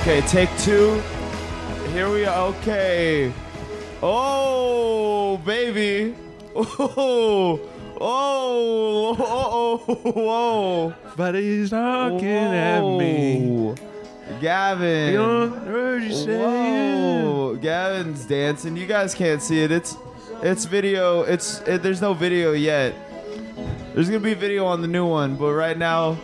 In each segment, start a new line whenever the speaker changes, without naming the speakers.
Okay, take two. Here we are. Okay. Oh, baby. Oh, oh, oh, oh, whoa.
But he's knocking at me.
Whoa. Gavin.
Don't hurt you say
Whoa, Gavin's dancing. You guys can't see it. It's it's video. It's it, there's no video yet. There's gonna be video on the new one, but right now,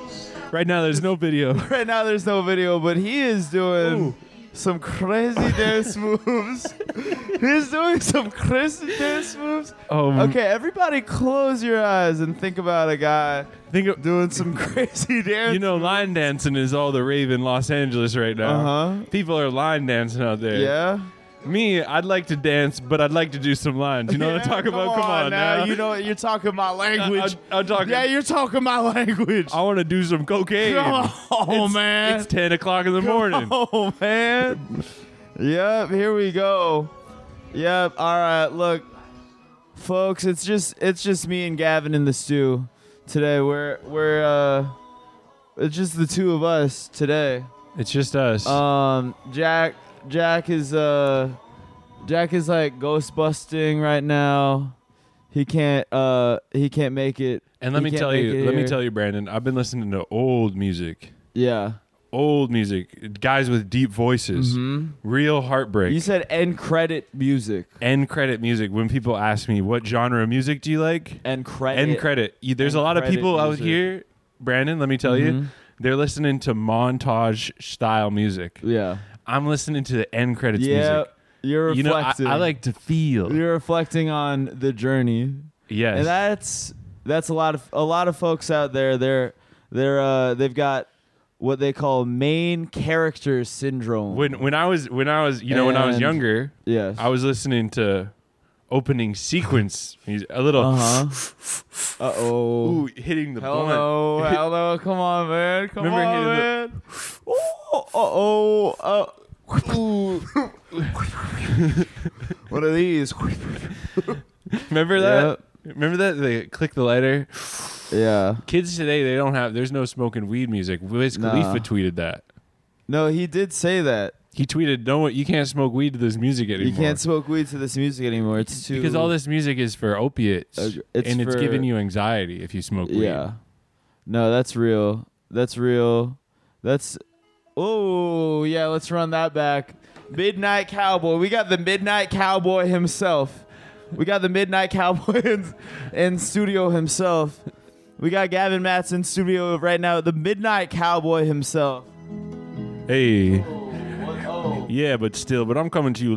Right now, there's no video.
right now there's no video. But he is doing
Ooh.
some crazy dance moves. He's doing some crazy dance moves.
Um,
Oh, Okay, everybody, close your eyes and think about a guy
Think of,
doing some crazy dance.
you know, line dancing is all the rave in Los Angeles right now.
uh huh.
People are line dancing out there.
Yeah.
Me, I'd like to dance, but I'd like to do some lines. You know what I'm
Yeah,
talking about? Come on,
now.
now.
You know you're talking my language.
I, am talking.
yeah, you're talking my language.
I want to do some cocaine.
oh
It's-
man.
It's 10 o'clock in the morning.
Oh man. yep, here we go. Yep, all right, look. Folks, it's just it's just me and Gavin in the stew today. We're we're uh it's just the two of us today.
It's just us.
Um Jack Jack is uh Jack is like ghost busting right now. He can't uh he can't make it.
and let
he
me
can't
tell
make
you,
it
let me
here.
tell you, Brandon, I've been listening to old music.
Yeah.
Old music. Guys with deep voices.
Mm-hmm.
Real heartbreak.
You said end credit music.
end credit music. When people ask me, what genre of music do you like?
End credit.
End credit. You- There's
end
a lot of
credit
people out
music. Mm-hmm.
here, Brandon, let me tell you, they're listening to montage style music.
Yeah.
I'm listening to the end credits
yeah.
music.
You're
You know, I,
reflecting.
I like to feel.
You're reflecting on the journey,
yes.
and that's that's a lot of a lot of folks out there. They're they're uh, they've got what they call main character syndrome.
when when I was when I was you know when I was
And-
younger,
yes.
I was listening to opening sequence music, a little
Uh huh. Uh oh.
ooh, hitting the blunt.
Hello, hello, come on, man, come
Remember
on,
hitting the-
man. Oh, uh-oh, uh oh, One of these.
Remember that? Remember that? They click the lighter.
Yeah.
Kids today, they don't have. There's no smoking weed music. Wiz
Nah.
Khalifa tweeted that.
No, he did say that.
He tweeted, "No, you can't smoke weed to this music anymore.
You can't smoke weed to this music anymore. It's too
because all this music is for opiates,
Uh, it's
and it's
for-
giving you anxiety if you smoke weed.
Yeah. No, that's real. That's real. That's Oh, yeah, let's run that back. Midnight Cowboy. We got the Midnight Cowboy himself. We got the Midnight Cowboy in, in studio himself. We got Gavin Matson studio right now, the Midnight Cowboy himself.
Hey. Yeah, but still, but I'm coming to you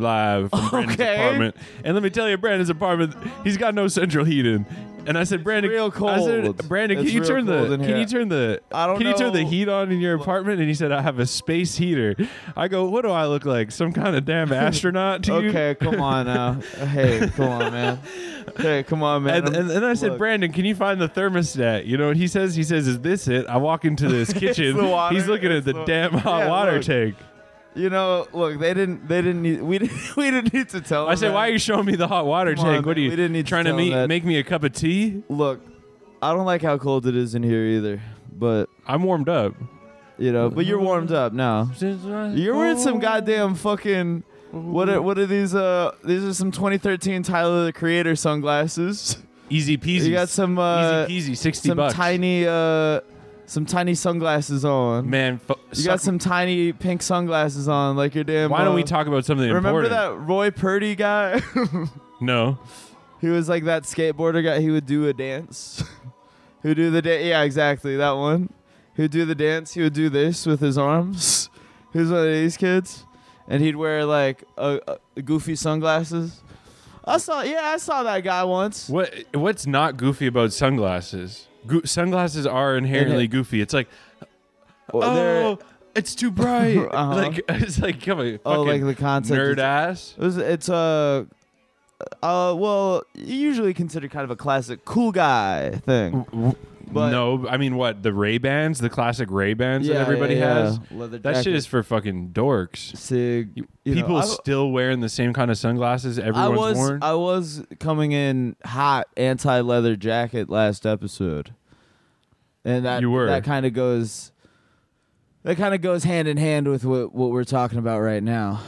live from Brandon's
Okay.
apartment. And let me tell you, Brandon's apartment, he's got no central heating. And I said, Brandon,
real
I said,
cold.
Brandon,
It's
can you
real
turn the
cold in
can
here.
you turn the
I don't
can you turn the
know.
heat on in your apartment? And he said, I have a space heater. I go, what do I look like? Some kind of damn astronaut to you?
Okay, come on now. Hey, come on, man. Hey, come on, man.
And,
I'm-
and, and I said,
look.
Brandon, can you find the thermostat? You know what he says? He says, Is this it? I walk into this kitchen.
the water.
He's looking
It's
at the,
the-
damn hot
Yeah,
water
look.
tank.
You know, look, they didn't. They didn't. Need, we didn't. We didn't need to tell.
I
him
said,
that.
"Why are you showing me the hot water
Come
tank?
on,
what are
man,
you
we didn't need to
trying to,
tell
me-
that.
make me a cup of tea?
Look, I don't like how cold it is in here either. But
I'm warmed up.
you know, but you're warmed up now. You're wearing some goddamn fucking. What are what are these? Uh, these are some 2013 Tyler the Creator sunglasses.
easy peasy.
You got some uh,
easy peasy, sixty
some
bucks.
tiny uh, some tiny sunglasses on.
man. Fu-
you got
suck-
some tiny pink sunglasses on, like your damn.
Why don't we
uh,
talk about something
Remember
important?
that Roy Purdy guy?
No,
He was like that skateboarder guy. He would do a dance. Who do the dance? Yeah, exactly that one. Who do the dance? He would do this with his arms. He was one of these kids, and he'd wear like a, a goofy sunglasses. I saw. Yeah, I saw that guy once.
what what's not goofy about sunglasses? Go- sunglasses are inherently goofy. It's like,
Well, they're-
oh, it's too bright.
Uh-huh.
Like it's like come on, you
oh, like
fucking
the concept.
nerd
is-
ass.
It was, it's a. Uh, well, usually considered kind of a classic cool guy thing. But-
no, I mean what the Ray Bans, the classic Ray Bans that everybody has.
Leather
That shit
jacket,
is for fucking dorks.
sig.
You-
you know,
people
I-
still wearing the same kind of sunglasses
I
everyone's
was uh,
worn.
I was coming in hot anti leather jacket last episode, and that
You were.
that kind of goes That kind of goes hand in hand with what, what we're talking about right now.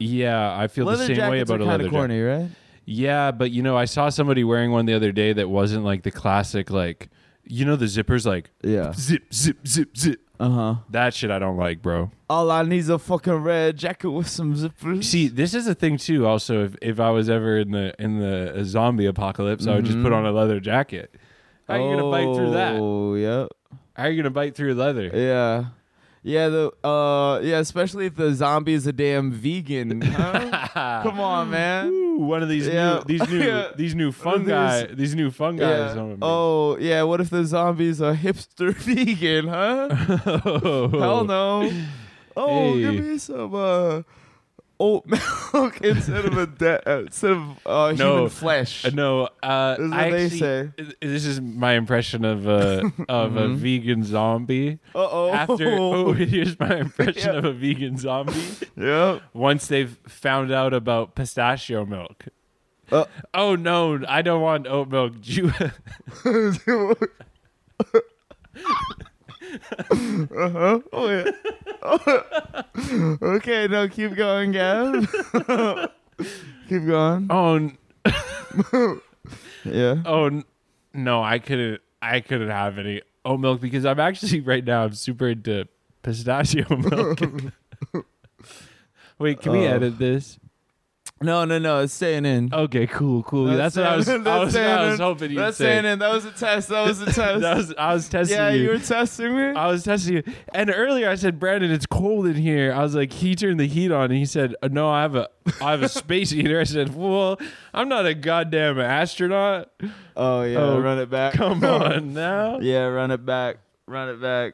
Yeah, I feel the
leather
same way
jackets
about
are
a
kind
leather
of
jacket.
corny, right?
Yeah, but you know, I saw somebody wearing one the other day that wasn't like the classic, like you know, the zippers like
Yeah.
zip, zip, zip, zip.
Uh huh.
That shit I don't like, bro.
All I need is a fucking red jacket with some zippers.
See, this is a thing too. Also, if, if I was ever in the in the uh, zombie apocalypse, I would just put on a leather jacket. How are you gonna bite through that?
Mm-hmm. Oh, yep.
How are you gonna bite through leather?
Yeah. Yeah, the uh yeah, especially if the zombie is a damn vegan. huh? Come on, man.
Ooh, one of these
Yeah.
new these new
Yeah.
these new
of these-
fungi these new fungi. is
Yeah.
on me.
Oh, yeah, what if the zombies are hipster vegan, huh? Hell no. Oh,
Hey.
give me some uh oat milk instead of a de- uh, instead of uh,
No.
human flesh.
Uh, No, uh,
This is
I
what they
actually-
say. Mm-hmm.
th- This is my impression of a of a vegan zombie.
Uh-oh.
After oh, here's my impression of a vegan zombie.
Yep.
Once they've found out about pistachio milk.
Uh,
Oh no, I don't want oat milk. Ju-
uh huh. Oh yeah. okay, no, keep going, Gav. keep going.
oh, n-
Yeah.
oh n- no, I couldn't. I couldn't have any oat milk because I'm actually right now. I'm super into pistachio milk. Wait, can we
Oh.
edit this?
No, no, no. It's staying in.
Okay, cool, cool. Oh, That's, what I was.
staying in,
I
that's
was, I
staying
was
in,
hoping you'd
That's
say.
staying in. That was a test. That was a test.
That was, I was testing
yeah,
you.
you were testing me.
I was testing you. And earlier I said, Brandon, it's cold in here. I was like, he turned the heat on, and he said, uh, No, I have a, I have a space heater. I said, Well, I'm not a goddamn astronaut.
oh yeah,
Oh,
run it back.
Come on now.
Yeah, run it back. Run it back.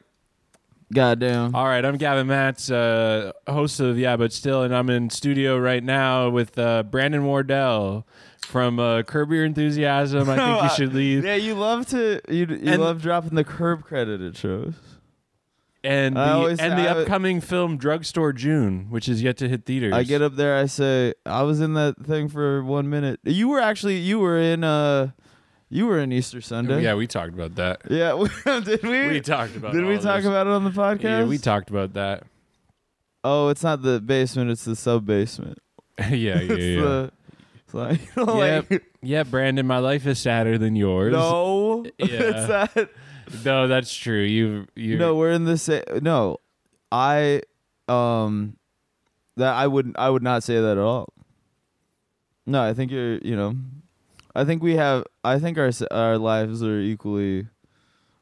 Goddamn.
All right, I'm Gavin Matz, uh, host of Yeah, but still, and I'm in studio right now with uh, Brandon Wardell from uh, Curb Your Enthusiasm. I think you should leave.
Yeah, you love to you you
And-
love dropping the curb credit it shows.
and the,
I always-
and the
I-
upcoming film Drugstore June, which is yet to hit theaters.
I get up there, I say, I was in that thing for one minute. You were actually, you were in, uh, you were in Easter Sunday.
Yeah, we talked about that.
Yeah. we- did we?
We talked about.
did we
all
talk
this.
about it on the podcast?
Yeah, we talked about that.
Oh, it's not the basement, it's the sub basement.
yeah, yeah,
It's
yeah.
the, it's like, you know,
Yep.
like
yeah, Brandon, my life is sadder than yours.
no, it's
Yeah.
not.
no, that's true. You, you.
No, we're in the same. No, I, um, that I wouldn't, I would not say that at all. No, I think you're, you know, I think we have, I think our s- our lives are equally.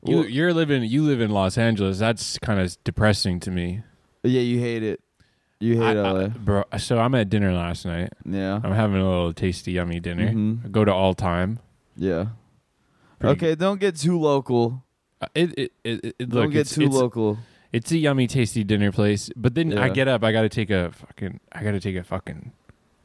you,
Well,
you're living. You live in Los Angeles. That's kind of depressing to me.
yeah, you hate it. You
I-
hate LA.
I- bro. So I'm at dinner last night.
yeah.
I'm having a little tasty, yummy dinner.
Mhm.
I go to all time.
Yeah.
Pretty-
okay, don't get too local.
Uh, It, it, it, it look,
don't get
it's,
too
it's,
local.
It's a yummy, tasty dinner place. But then I
Yeah.
get up. I gotta take a fucking. I gotta take a fucking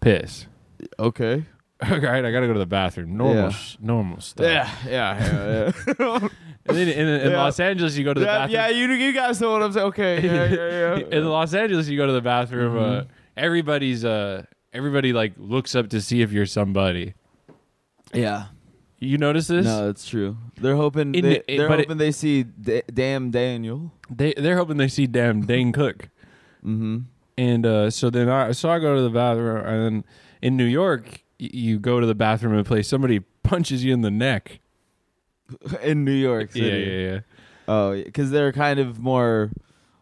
piss.
Okay.
All right, I gotta go to the bathroom. Normal,
Yeah.
sh- normal stuff.
yeah, yeah, yeah.
And then in, in
Yeah.
Los Angeles, you go to the
yeah,
bathroom.
yeah, you you guys know what I'm saying. Okay, yeah, yeah, yeah. Mm-hmm.
in Los Angeles, you go to the bathroom. Uh, everybody's uh, everybody like looks up to see if you're somebody.
yeah.
You notice this?
No, it's true. They're hoping
In-
they,
it-
they're
but it-
hoping they see D- damn Daniel.
They they're hoping they see damn Dane Cook.
Mm-hmm.
And uh, so then I so I go to the bathroom, and then in New York, y- you go to the bathroom and place. Somebody punches you in the neck.
In New York City.
Yeah, yeah, yeah.
Oh, because they're kind of more.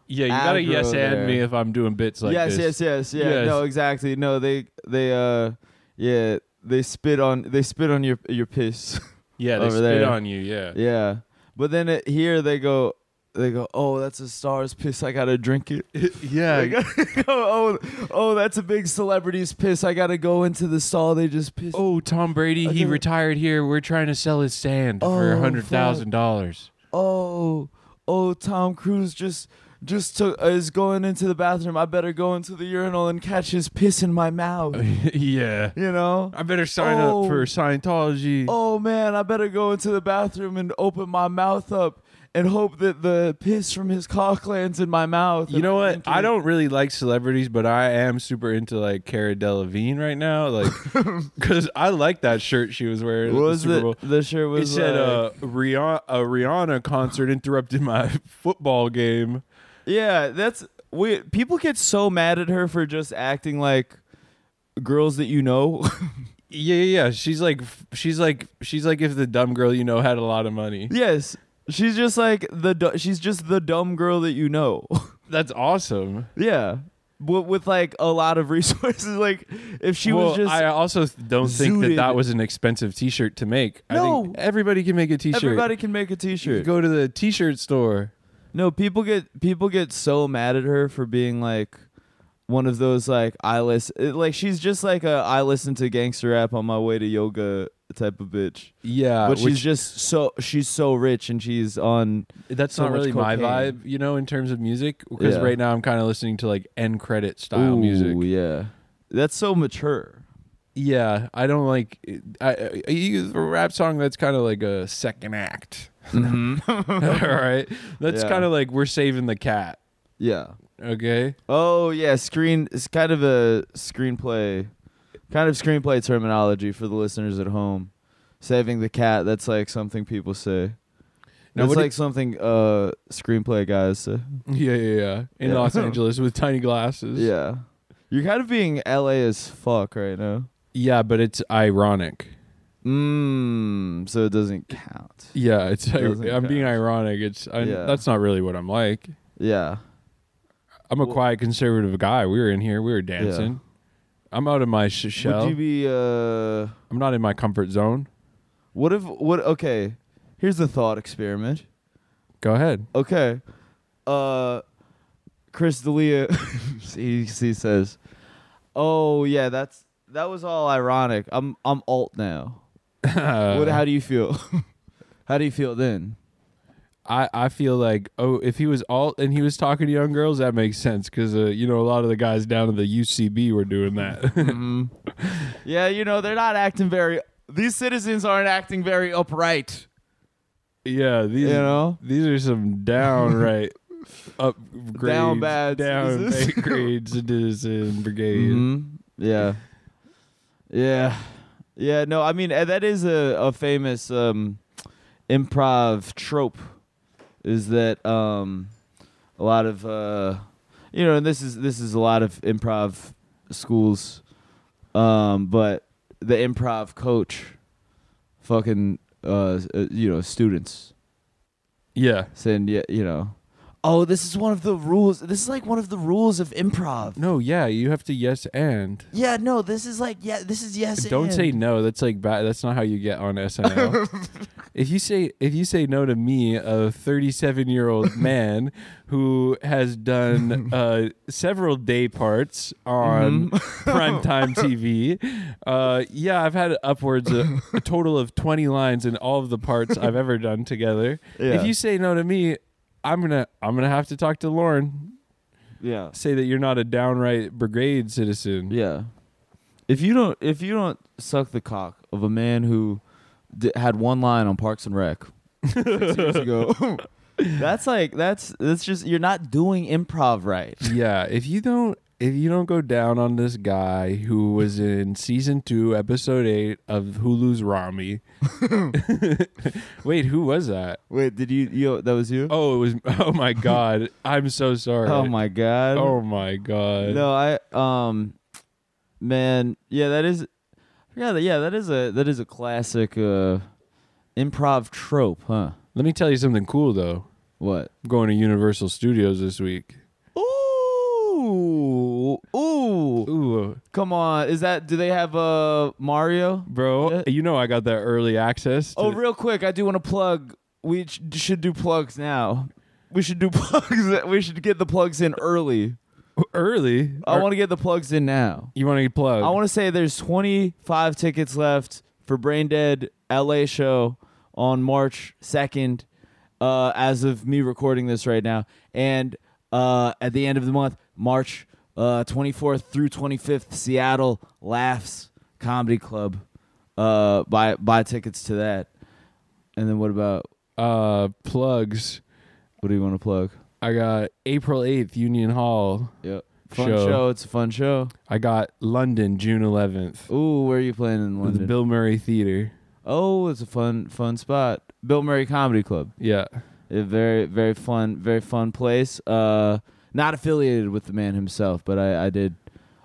Yeah, you gotta
Aggro
yes
there.
and me if I'm doing bits like
yes,
this.
yes, yes, yeah.
Yes.
No, exactly. No, they they uh, yeah, they spit on they spit on your your piss.
Yeah, they
Over
spit
there.
on you. Yeah.
yeah, but then it, here they go. They go, oh, that's a star's piss. I gotta drink it. They
yeah.
go, oh, oh, that's a big celebrity's piss. I gotta go into the stall. They just piss.
Oh, Tom Brady,
I
he
never-
retired here. We're trying to sell his sand for a
Oh,
hundred thousand dollars.
oh, oh, Tom Cruise just just took, uh, is going into the bathroom. I better go into the urinal and catch his piss in my mouth.
Oh, yeah.
You know?
I better sign
Oh.
up for Scientology.
Oh man, I better go into the bathroom and open my mouth up and hope that the piss from his cock lands in my mouth.
You
And
know
I'm
what?
thinking-
I don't really like celebrities, but I am super into like Cara Delevingne right now, like because I like that shirt she was wearing.
What
at
was
the Super
the
Bowl.
the shirt
It
was
said
like-
uh, Rihanna, a Rihanna concert interrupted my football game.
Yeah, that's we people get so mad at her for just acting like girls that you know.
Yeah, yeah, yeah. She's like, she's like, she's like if the dumb girl you know had a lot of money.
yes. She's just like the du- she's just the dumb girl that you know.
That's awesome.
yeah. With, with like a lot of resources like if she
well,
was just
I also th- don't think that
zooted.
that was an expensive T-shirt to make. I
No.
think everybody can make a T-shirt.
everybody can make a
You
t-shirt.
could go to the T-shirt store.
No, people get people get so mad at her for being like one of those like I listen like she's just like a I listen to gangster rap on my way to yoga type of bitch.
Yeah,
But
Uh, which-
she's just so she's so rich and she's on
that's
so
not
much
really my
cocaine.
vibe, you know, in terms of music. Because
Yeah.
right now I'm kind of listening to like end credit style
Ooh,
music.
Yeah, that's so mature.
Yeah, I don't like. I, I, I use a rap song that's kind of like a second act. All right, that's
Yeah.
kind of like we're saving the cat.
Yeah.
Okay.
Oh yeah, screen. It's kind of a screenplay, kind of screenplay terminology for the listeners at home. Saving the cat. That's like something people say.
Now,
That's
what do-
like something uh screenplay guys say.
Yeah, yeah, yeah. In
Yeah.
Los Angeles with tiny glasses.
Yeah. You're kind of being LA as fuck right now.
Yeah, but it's ironic.
Mmm. So it doesn't count.
Yeah, it's. I,
Doesn't
I'm being
count.
ironic. It's. I,
Yeah.
That's not really what I'm like.
Yeah.
I'm a
Well-
quiet conservative guy. We were in here. We were dancing. I'm out of my sh- shell.
Would you be uh?
I'm not in my comfort zone.
What if what? Okay. Here's the thought experiment.
Go ahead.
Okay. Uh Chris D'Elia he, he says, "Oh yeah, that's that was all ironic. I'm I'm alt now.
Uh-huh.
what how do you feel? how do you feel then?
I, I feel like oh if he was alt and he was talking to young girls that makes sense because uh, you know a lot of the guys down at the UCB were doing that.
Yeah, you know, they're not acting very these citizens aren't acting very upright,
yeah, these
you know?
these are some downright upgrades,
Down bad
down
citizens.
grade citizen brigade.
Mhm. Yeah. Yeah. Yeah, no, I mean eh, that is a a famous um improv trope is that um a lot of uh you know, and this is this is a lot of improv schools um but the improv coach fucking uh s- uh, you know, students
Yeah,
saying yeah, you know, oh, this is one of the rules. This is like one of the rules of improv.
no, yeah, you have to yes and.
Yeah, no, this is like yeah, this is yes.
Don't say no. That's like bad. That's not how you get on SNL. if you say if you say no to me, a 37 year old man who has done uh, several day parts on primetime TV, uh, yeah, I've had upwards of a total of 20 lines in all of the parts I've ever done together.
Yeah.
If you say no to me, I'm gonna I'm gonna have to talk to Lauren.
yeah,
Say that you're not a downright brigade citizen.
yeah. If you don't, if you don't suck the cock of a man who d- had one line on Parks and Rec six years ago, that's like that's that's just you're not doing improv right.
yeah if you don't if you don't go down on this guy who was in season two episode eight of hulu's rami wait who was that
Wait, did you? You that was you?
oh it was oh my god i'm so sorry
Oh my god.
oh my god
No, I um, man, yeah, that is, yeah, that, yeah, that is a that is a classic uh, improv trope, huh?
let me tell you something cool though
What?
i'm going to universal studios this week
Ooh, ooh,
ooh
come on, is that? Do they have uh Mario?
bro
Yeah.
you know i got that early access to
Oh, real quick, I do want to plug. We sh- should do plugs now. We should do plugs. We should get the plugs in early.
early
Oh, I want to get the plugs in now.
you want to plug
I want to say there's 25 tickets left for Brain Dead LA show on March 2nd, uh, as of me recording this right now. And uh, at the end of the month, March uh, 24th through 25th, Seattle Laughs Comedy Club. Uh, buy buy tickets to that. And then what about
uh plugs
what do you want to plug?
i got april 8th union hall
Yep. Fun
Show.
show. It's a fun show.
I got London, June 11th,
Ooh, where are you playing in
with the
London?
Bill Murray Theater.
oh, it's a fun fun spot. Bill Murray Comedy Club.
Yeah.
A very very fun very fun place. Uh, not affiliated with the man himself, but I, I did.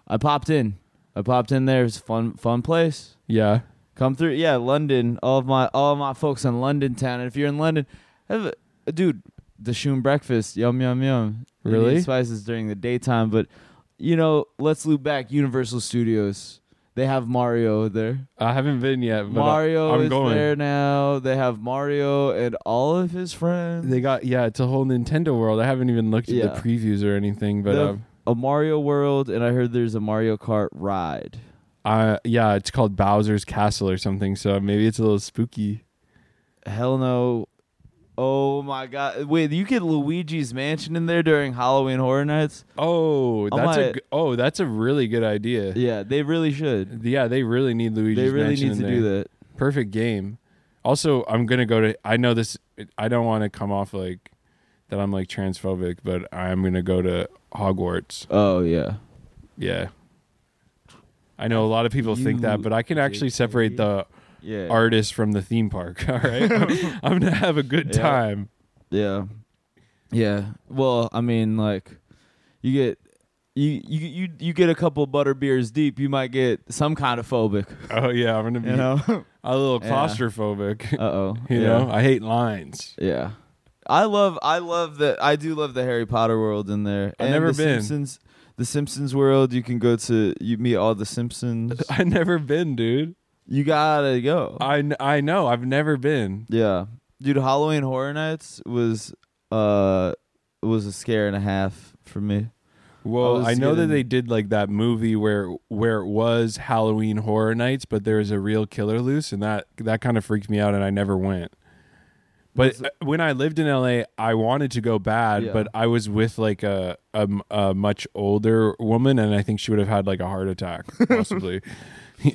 I popped in. I popped in there. It's a fun fun place.
Yeah.
Come through. Yeah, London. All of my all of my folks in London town. And if you're in London, have a, dude, the Shoom breakfast. Yum yum yum. You need
Really?
spices during the daytime, but you know, let's loop back. Universal Studios. They have Mario there.
I haven't been yet, but
Mario
I, am
is
going.
there now. They have Mario and all of his friends.
They got yeah, it's a whole Nintendo world. I haven't even looked at
Yeah.
the previews or anything, but
The-
um,
a Mario World, and I heard there's a Mario Kart ride.
I yeah, it's called Bowser's Castle or something. So maybe it's a little spooky.
Hell no. Oh my god. Wait, you get Luigi's Mansion in there during Halloween Horror Nights?
Oh,
I
that's a
might-
g- oh, that's a really good idea.
Yeah, they really should.
Yeah, they really need Luigi's
they really
Mansion
need
in
to
there.
do that.
Perfect game. Also, I'm gonna go to. I know this. I don't want to come off like that. I'm like transphobic, but I'm gonna go to Hogwarts.
Oh yeah.
Yeah. I know a lot of people think that,
You
but I can actually separate the
Yeah.
artist from the theme park. All right, I'm, I'm gonna have a good
Yeah.
time.
Yeah. Yeah. Well, I mean like you get you you you, you get a couple butter beers deep, you might get some kind of phobic,
Oh yeah, I'm gonna be
you know?
a little
uh, Yeah.
claustrophobic.
Uh-oh.
you
yeah.
know, I hate lines.
Yeah. I love I love that I do love the Harry Potter world in there.
I've
And
never
the
been.
Simpsons the Simpsons world, you can go to you meet all the Simpsons.
I never been, dude.
You gotta go.
I kn- I know I've never been.
yeah. Dude, Halloween Horror Nights was uh was a scare and a half for me.
Well,
was
I know that
getting-
they did like that movie where where it was Halloween Horror Nights, but there was a real killer loose, and that that kind of freaked me out, and I never went. But uh, when I lived in LA, I wanted to go bad,
Yeah.
but I was with like a, a m- a much older woman, and I think she would have had like a heart attack, possibly. Uh,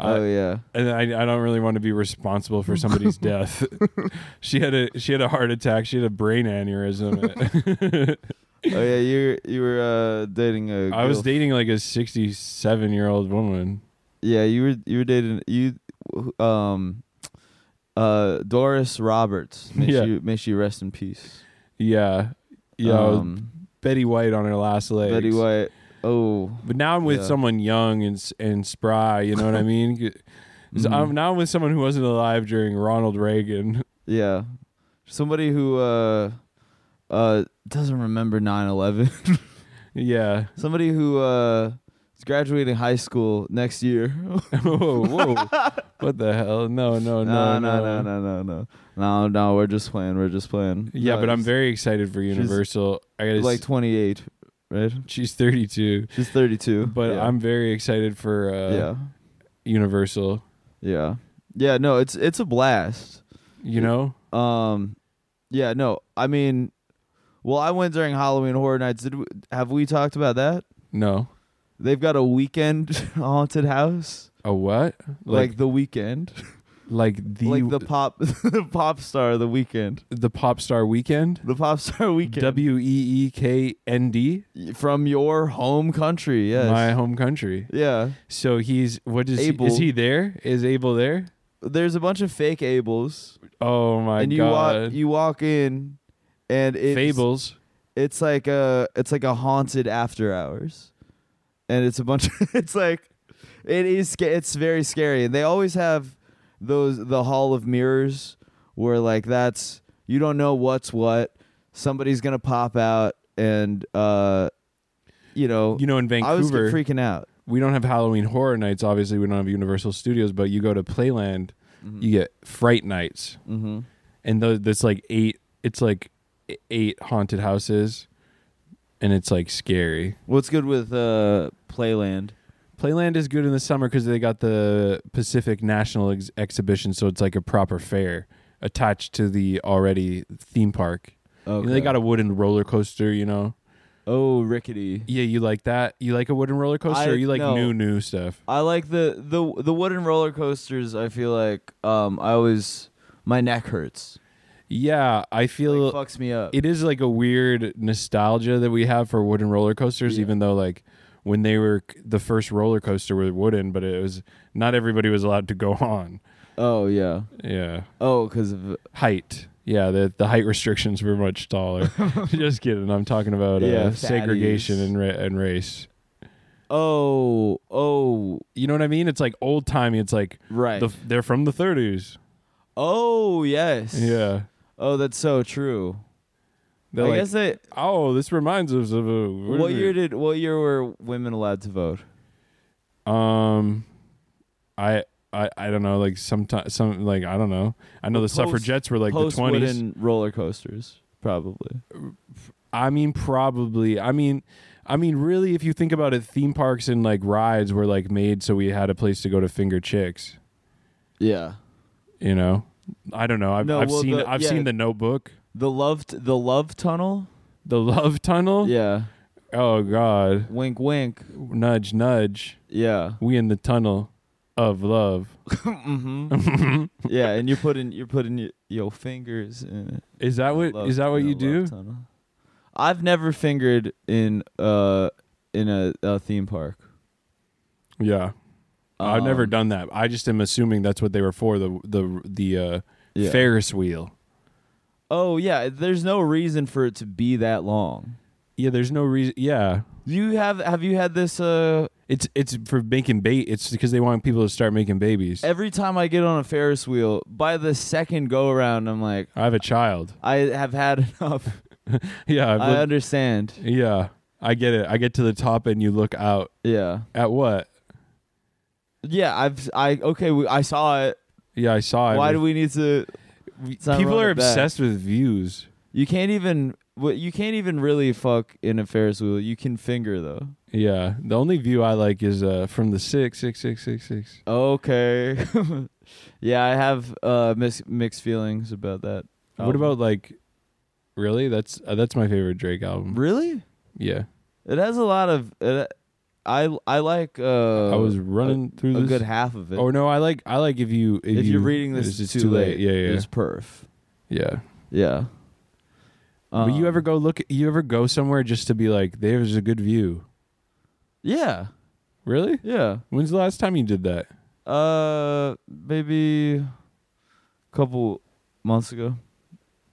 oh yeah.
and I, I don't really want to be responsible for somebody's death. she had a she had a heart attack. She had a brain aneurysm.
Oh yeah, you you were uh dating a
I was
girl-
dating like a sixty seven year old woman.
Yeah, you were you were dating you um uh Doris Roberts. May
Yeah.
she may she rest in peace.
Yeah, yeah. I was
Um,
Betty White on her last legs.
Betty White. Oh,
But now I'm with
Yeah.
someone young and s- and spry. You know what I mean? 'Cause
mm, Mm-hmm.
I'm now I'm with someone who wasn't alive during Ronald Reagan.
yeah. Somebody who uh uh doesn't remember 9/11.
Yeah.
Somebody who uh is graduating high school next year. no,
whoa, whoa. What the hell? No, Oh, no,
no,
no,
no, no, no, no. No, no, we're just playing. We're just playing.
Yeah,
No,
but I'm
it's
very excited for Universal. I gotta
like
like
28, right?
she's 32.
She's 32.
But
yeah.
I'm very excited for uh,
yeah.
Universal.
Yeah. Yeah, no, it's it's a blast.
You know,
Um yeah, no. I mean, well, I went during Halloween Horror Nights. Did we, have we talked about that?
no,
They've got a weekend haunted house,
a what?
like,
Like
the weekend,
like, the
like the
the,
pop, the pop star, the weekend,
pop star weekend.
the pop star weekend
W e e k n d.
from your home country. Yes,
My home country.
yeah.
So he's what is
Abel.
He, is he there? Is Abel there?
There's a bunch of fake Ables,
Oh my
and you walk
god!
you walk in, and it's
Fables.
it's like a it's like a haunted after hours and it's a bunch of, it's like it is sca- it's very scary and they always have those the hall of mirrors where like that's you don't know what's what somebody's gonna pop out and uh you know
You know, in
i was
Vancouver,
freaking out
we don't have Halloween Horror Nights. Obviously, we don't have Universal Studios, but you go to Playland, you get Fright Nights.
mm-hmm.
and tho- there's like eight it's like eight haunted houses and it's like scary
what's good with uh playland
playland is good in the summer because they got the pacific national Ex- exhibition so it's like a proper fair attached to the already theme park
oh
and they got a wooden roller coaster you know
oh rickety
yeah you like that you like a wooden roller coaster
I-
or you like
no.
new new stuff
I like the the the wooden roller coasters. I feel like um I always my neck hurts.
yeah i
Like,
feel
fucks me up.
it is like a weird nostalgia that we have for wooden roller coasters,
Yeah.
even though like when they were the first roller coaster was wooden, but it was not everybody was allowed to go on.
oh yeah.
Yeah,
Oh, because of
height. Yeah, the the height restrictions were much taller. Just kidding. I'm talking about uh,
Yeah,
segregation
fatties.
and, ra- and race.
Oh, oh,
You know what I mean? It's like old timey. It's like
right.
the, they're from the 30s.
oh, yes.
Yeah.
Oh, that's so true.
They're
I
like,
guess that.
oh, this reminds us of uh, a
What year did? What year were women allowed to vote?
Um, I I I don't know. Like sometime some like I don't know. I know
Well, post-
the suffragettes were like the
Post
twenties.
wooden roller coasters, probably.
I mean, probably. I mean, I mean, really, if you think about it, theme parks and like rides were like made so we had a place to go to finger chicks.
Yeah.
You know, I don't know. I've
No,
I've
well,
seen
the-
I've
yeah.
seen the Notebook,
The love, t- the love tunnel.
the Love Tunnel.
Yeah.
Oh God,
Wink, wink.
nudge nudge.
Yeah.
We in the tunnel of love.
mm-hmm. yeah, and you're putting you're putting your, your fingers in it.
Is that what is
Love-
that what
in a
you
love
do?
tunnel. I've never fingered in uh in a, a theme park.
Yeah. I've never
Um,
done that. I just am assuming that's what they were for the the the uh,
Yeah.
Ferris wheel.
Oh yeah, there's no reason for it to be that long.
Yeah, there's no reason. Yeah,
You have have you had this uh
it's it's for making bait. It's because they want people to start making babies.
every time I get on a Ferris wheel, by the second go around I'm like
I have a child.
I have had enough.
Yeah, I've
I
looked-
understand.
yeah, I get it. I get to the top and you look out
Yeah.
at what?
Yeah, I've I okay, we, I saw it.
Yeah, I saw it.
Why do we need to It's not
people
wrong
are
with that.
obsessed with views.
You can't even wh- you can't even really fuck in a Ferris wheel. You can finger though.
Yeah, the only view I like is uh, from the six six six six six.
Okay. yeah, I have uh mis- mixed feelings about that.
What
album.
about like? Really? That's uh, that's my favorite Drake album.
Really?
Yeah,
It has a lot of it, I I like uh
I was running through
a
this.
good half of it.
Oh no, I like I like if you if,
if,
you,
you're reading this
it's,
it's,
it's
too late.
Yeah, yeah,
It's perf.
yeah.
Yeah.
but you
Um,
ever go look? You ever go somewhere just to be like, "There's a good view."
Yeah.
Really?
Yeah.
When's the last time you did that?
Uh maybe a couple months ago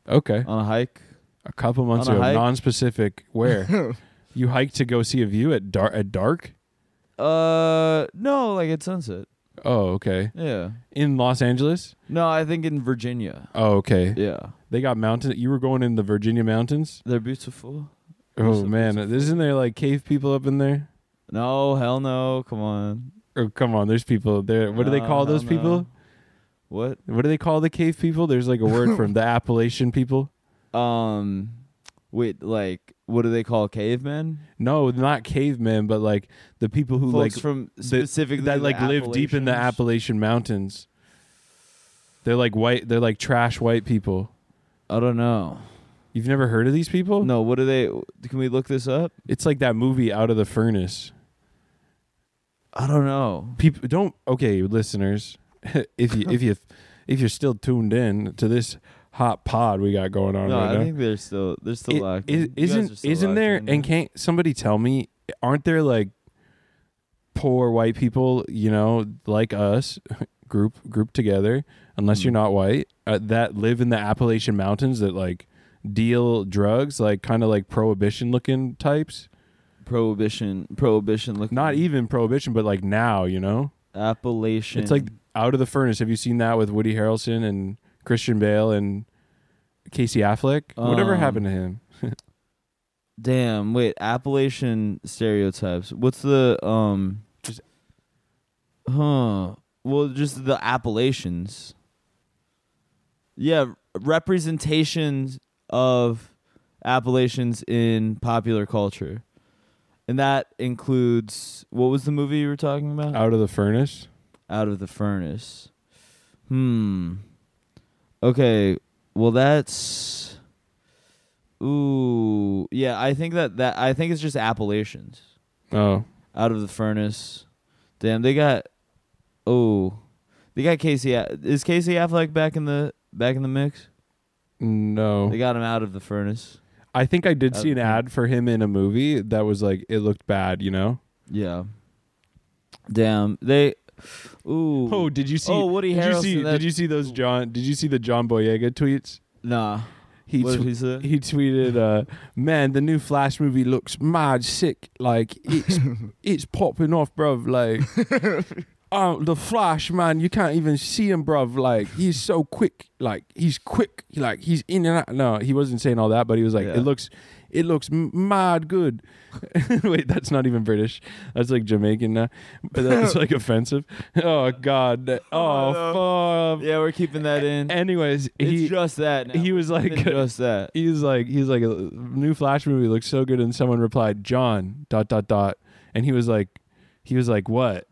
Okay,
on a hike.
a couple months
on a
ago,
hike?
non-specific. Where you hike to go see a view at dark? At dark?
Uh no, like at sunset.
Oh, okay.
Yeah.
In Los Angeles?
No, I think in Virginia.
Oh, okay.
Yeah.
They got mountains. You were going in the Virginia mountains.
They're beautiful.
Oh
so
man, isn't there like cave people up in there?
No, hell no. Come on.
Oh come on, there's people there. What do they
No,
call
hell
those
no.
people?
What?
What do they call the cave people? There's like a word from the Appalachian people.
Um wait, like what do they call cavemen?
No, not cavemen, but like the people who
Folks
like
from
the-
specifically
that
the
like live deep in the
Appalachians?
Appalachian mountains. They're like white. They're like trash white people.
I don't know.
You've never heard of these people?
No, what do they can we look this up?
It's like that movie Out of the Furnace.
I don't know.
People don't. Okay, listeners, if you if you if you're still tuned in to this hot pod we got going on
No,
right
I
now,
think they're still they're still
It-
locked. in.
is-
You guys are
isn't
still
isn't
locked
there
in.
and can't somebody tell me aren't there like poor white people you know like us group group together unless you're
Mm.
not white uh, that live in the Appalachian mountains that like deal drugs like kind of like prohibition looking types
prohibition prohibition look
not e- even prohibition but like now you know
Appalachian
it's like out of the furnace have you seen that with Woody Harrelson and Christian Bale and Casey Affleck whatever
Um,
happened to him
Damn, wait, Appalachian stereotypes. What's the um
Just-
Huh. Well, just the Appalachians. Yeah, representations of Appalachians in popular culture. And that includes what was the movie you were talking about?
out of the furnace
Out of the Furnace. Hmm. Okay. Well, that's. Ooh, yeah. I think that that I think it's just Appalachians.
oh
Out of the Furnace. Damn, they got. Oh, they got Casey. A- Is Casey Affleck back in the back in the mix?
no
They got him out of the furnace.
I think I did
Out
see
of
an
the-
ad for him in a movie that was like it looked bad, you know.
Yeah. Damn. They. Ooh.
did you
oh, Woody
did you
Harrelson.
see?
that-
Did you see those John? Did you see the John Boyega tweets?
Nah.
He
what
tw-
did he say?
he tweeted, uh, "Man, the new Flash movie looks mad sick. Like it's it's popping off, bruv. Like, oh, the Flash, man, you can't even see him, bruv. Like he's so quick. Like he's quick. Like he's in and out. No, he wasn't saying all that, but he was like,
Yeah.
it looks." It looks m- mad good. Wait, that's not even British. That's like Jamaican now. But that's like offensive. Oh God. Oh,
Oh,
fuck.
yeah, we're keeping that in.
Anyways,
it's
he
just that. Now.
he was
It's
like
just that.
he's like he's like a new flash movie looks so good and someone replied john dot dot dot and he was like he was like what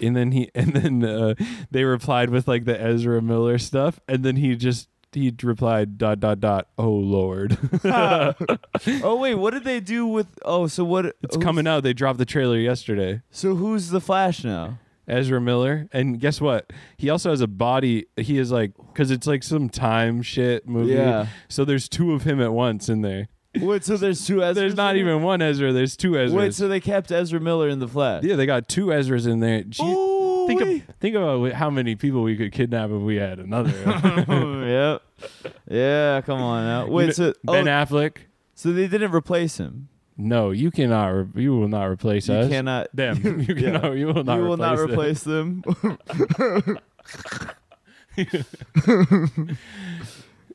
and then he and then uh, they replied with like the ezra miller stuff and then he just he replied dot dot dot oh lord
oh wait, what did they do with? Oh, so what?
it's coming out they dropped the trailer yesterday
So who's the Flash now?
ezra miller and guess what he also has a body he is like because it's like some time shit movie
Yeah.
so there's two of him at once in there
Wait, so there's two Ezra.
there's not even one ezra there's two ezras
Wait, so they kept Ezra Miller in the Flash.
Yeah, they got two Ezras in there. Gee,
Ooh,
think, ab- think about wh- how many people we could kidnap if we had another.
yep. Yeah, come on now. Wait, so oh,
ben Affleck.
so they didn't replace him.
No, you cannot. Re- you will not replace
you
us.
cannot.
Them. You cannot. You will not.
you will not
them.
replace them.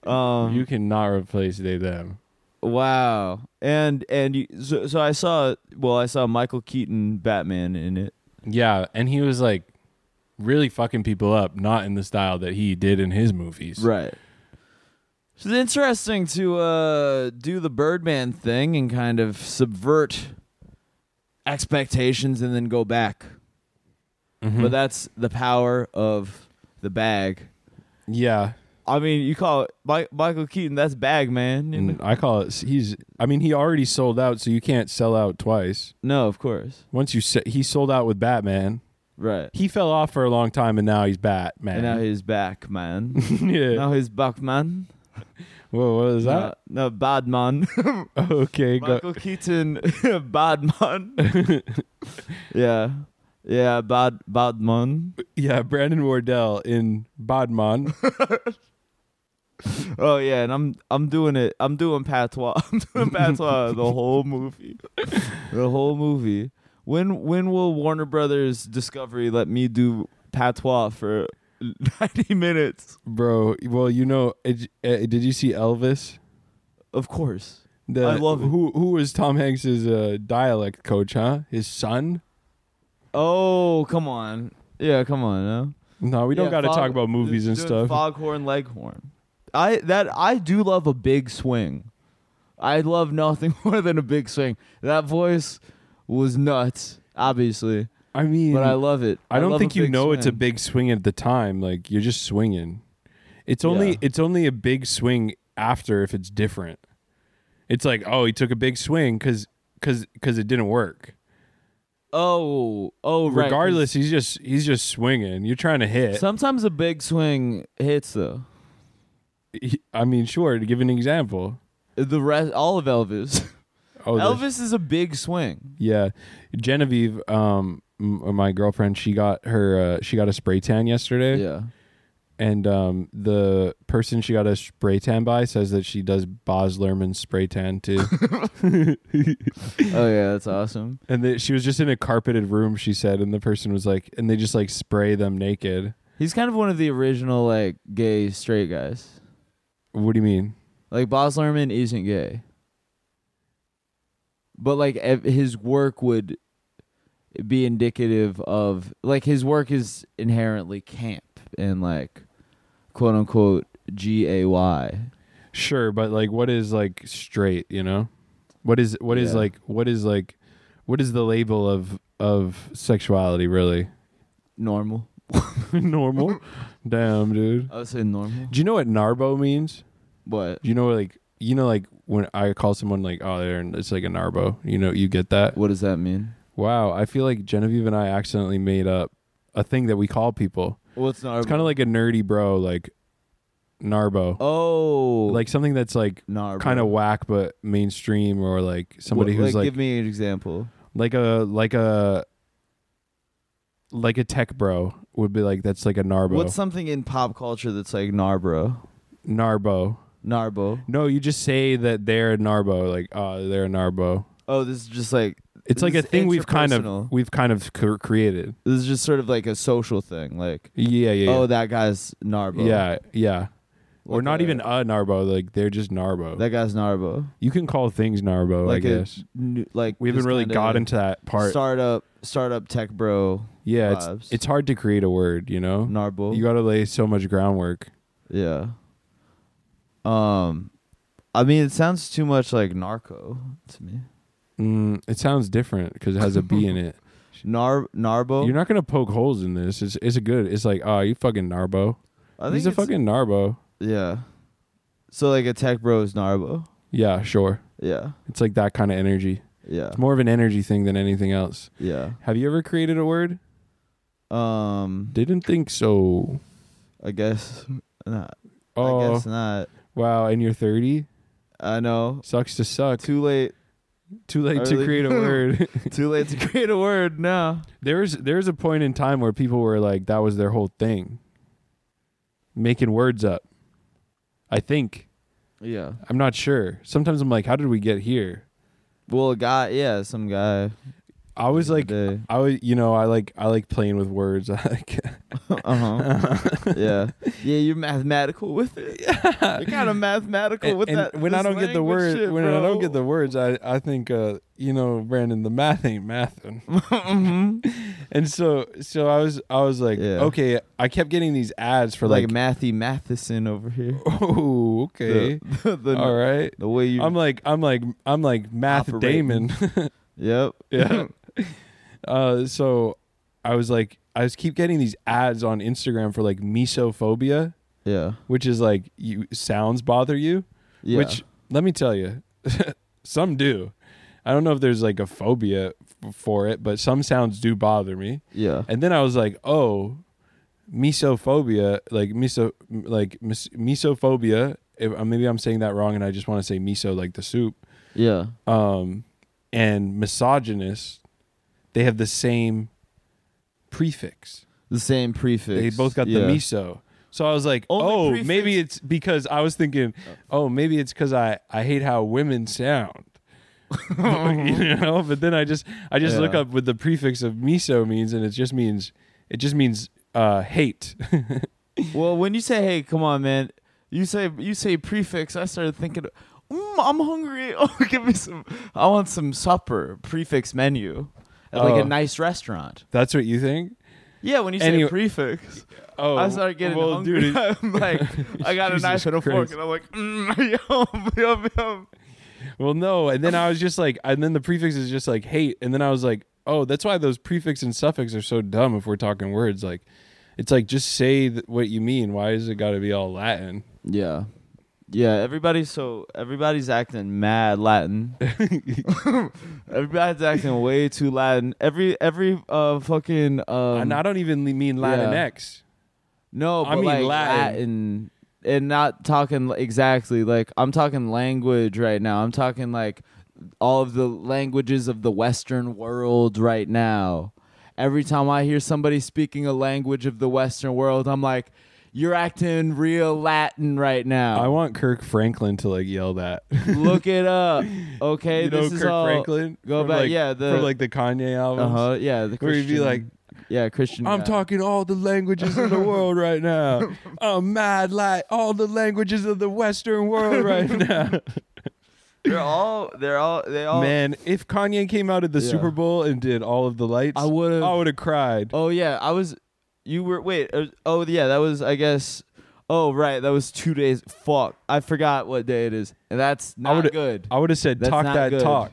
um,
You cannot replace they them.
wow. And and you, so so I saw well I saw Michael Keaton Batman in it.
Yeah, and he was like really fucking people up, not in the style that he did in his movies.
Right. So it's interesting to uh, do the Birdman thing and kind of subvert expectations and then go back.
Mhm.
But that's the power of the bag.
yeah,
I mean, you call it Mi- Michael Keaton, that's bag, man. You know?
and I call it. He's. I mean, he already sold out, so you can't sell out twice.
No, of course.
Once you se- he sold out with Batman.
Right.
He fell off for a long time, and now he's Batman.
And now he's back, man.
yeah.
now he's back, man.
Whoa, what is that?
No, no, bad man.
okay, go.
Michael Keaton, bad man. yeah. Yeah, bad, bad man.
yeah, Brandon Wardell in Bodman.
Oh yeah, and I'm I'm doing it. I'm doing patois. I'm doing patois the whole movie. The whole movie. When when will Warner Brothers Discovery let me do patois for 90 minutes?
Bro, well, you know, it, uh, did you see Elvis?
Of course.
The,
I love it.
who who was Tom Hanks's uh, dialect coach, huh? His son?
Oh, come on. Yeah, come on. No?
No, we don't
Yeah,
got to
Fog-
talk about movies and
doing
stuff.
Foghorn Leghorn. I that I do love a big swing. I love nothing more than a big swing. That voice was nuts, obviously,
I mean,
but I
Mm. I,
love it.
don't
love
think you
big
know it's a
swing.
big swing at the time. Like you're just swinging. It's only
Yeah.
it's only a big swing after if it's different. It's like, oh, he took a big swing because because because it didn't work.
Oh, oh, right, 'cause
regardless eh. he's just he's just swinging you're trying to hit
Sometimes a big swing hits though.
He- i mean sure to give an example
The rest, all of Elvis.
oh the-
Elvis is a big swing.
yeah genevieve um m- my girlfriend she got her uh, she got a spray tan yesterday
Yeah.
and um the person she got a spray tan by says that she does Boz Lerman spray tan too
Oh yeah, that's awesome.
and that she was just in a carpeted room she said and the person was like and they just like spray them naked
He's kind of one of the original like gay straight guys.
what do you mean
Like Boz Lerman isn't gay, but like ev- his work would be indicative of like his work is inherently camp and like quote unquote G A Y.
Sure, but like what is like straight, you know? What is what is
Yeah.
like what is like what is the label of of sexuality really?
Normal.
normal? Damn, dude.
I would say normal.
Do you know what narbo means?
What?
Do you know like you know like when I call someone like oh they're it's like a narbo. You know, you get that?
What does that mean?
Wow, I feel like Genevieve and I accidentally made up a thing that we call people.
Well, it's not.
It's kind of like a nerdy bro like narbo.
oh,
Like something that's like
Narb.
kind of whack but mainstream or like somebody who's like
give me an example.
like a like a like a tech bro would be like that's like a narbo
What's something in pop culture that's like Narbro?
Narbo.
Narbo.
No, you just say that they're a Narbo, like oh, they're a Narbo.
Oh, this is just like
It's like a
This is
thing we've kind
interpersonal.
of we've kind of cr- created.
this is just sort of like a social thing. Like,
Yeah, yeah, yeah.
oh, that guy's Narbo.
yeah, yeah. Or
Like
not
a-
even a Narbo, like they're just Narbo.
that guy's Narbo.
you can call things Narbo,
Like
Oh, I
a
guess.
new- like
We haven't
this
really
kinda
got into that part.
startup startup tech bro
yeah, it's
vibes.
it's hard to create a word, you know.
Narbo.
You got to lay so much groundwork.
yeah. Um, I mean, it sounds too much like narco to me.
Mm, it sounds different because it has a B in it.
Nar Narbo.
You're not gonna poke holes in this. It's it's a good. It's like oh, you fucking Narbo.
I think
He's a
it's-
fucking Narbo.
yeah. So like a tech bro is Narbo.
Yeah, sure.
Yeah.
It's like that kind of energy.
Yeah.
It's more of an energy thing than anything else.
Yeah.
Have you ever created a word?
Um.
Didn't think so.
I guess not. I
Oh
guess not.
wow, and you're 30.
I know.
Sucks to suck.
Too late.
Too late to
Early.
create a word.
Too late to create a word now.
there's there's a point in time where people were like that was their whole thing. Making words up. I think
Yeah.
I'm not sure. Sometimes I'm like, how did we get here?
Well, a guy. Yeah, some guy.
I was like,
Uh
I was, you know, I like, I like playing with words. I like,
huh.
uh-huh.
yeah. Yeah. You're mathematical with it. You're kind of mathematical
and,
with
and
that.
when I
this
don't get the
language
word,
shit,
when I don't get the
bro.
words, I, I think, uh, you know, Brandon, the math ain't mathin'.
Mhm.
and so, so I was, I was like,
Yeah.
okay, I kept getting these ads for
like,
like,
Matthew Matheson over here.
oh, okay,
The, the, the,
all right.
the way you.
I'm like, I'm like, I'm like math
Operating.
Damon.
yep.
yeah. Uh, so I was like, I was keep getting these ads on Instagram for like misophobia.
Yeah.
which is like you sounds bother you
Yeah.
which let me tell you some do i don't know if there's like a phobia f- for it but some sounds do bother me
yeah.
and then i was like oh misophobia like miso m- like mis- misophobia if, uh, maybe i'm saying that wrong and i just want to say miso like the soup
Yeah.
um and misogynist they have the same prefix
The same prefix.
they both got
yeah.
the miso. So I was like,
Only
oh,
prefix-
maybe it's because I was thinking, oh, maybe it's because I I hate how women sound. you know, but then I just I just look
Yeah.
up what the prefix of miso means, and it just means it just means uh, hate.
Well, when you say hey, come on, man, you say you say prefix. I started thinking, mm, I'm hungry. Oh, give me some. I want some supper. Prefix menu at like
Oh.
a nice restaurant.
That's what you think?
Yeah, when you say
Anyway-
prefix,
Oh,
I started getting
well,
hungry.
dude. it-
I'm like, I got a
Jesus
knife and a
Christ.
fork, and I'm like, mm, yum, yum, yum.
Well, no, and then I was just like, and then the prefix is just like hate, and then I was like, oh, that's why those prefix and suffix are so dumb if we're talking words. Like, it's like just say th- what you mean. Why is it got to be all Latin?
Yeah. Yeah, everybody's so everybody's acting mad Latin. everybody's acting way too Latin. Every every uh fucking um
and I don't even li- mean Latinx.
no,
I
but
mean
like
Latin.
Latin and not talking li- exactly like I'm talking language right now. I'm talking like all of the languages of the Western world right now. Every time I hear somebody speaking a language of the Western world, I'm like, you're acting real Latin right now.
I want Kirk Franklin to like yell that.
Look it up. Okay,
you know
this is
Kirk
all.
Franklin?
go
From,
back-
like-
yeah, the-
from like the Uh-huh. Kanye
Uh
album.
huh. Yeah, the
Where
Christian.
he'd be like,
yeah, Christian.
I'm
rap.
talking all the languages in the world right now. I'm mad like all the languages of the Western world right now.
They're all. They're all. They all.
Man, if Kanye came out at the
Oh. Yeah.
Super Bowl and did all of the lights,
I would've-
I would have cried.
Oh yeah, I was. You were wait. uh, Oh yeah, that was I guess. Oh right, that was two days. Fuck, I forgot what day it is, and that's
I
not
would've-
good.
I would have said,
That's
"Talk
not
that
good.
talk,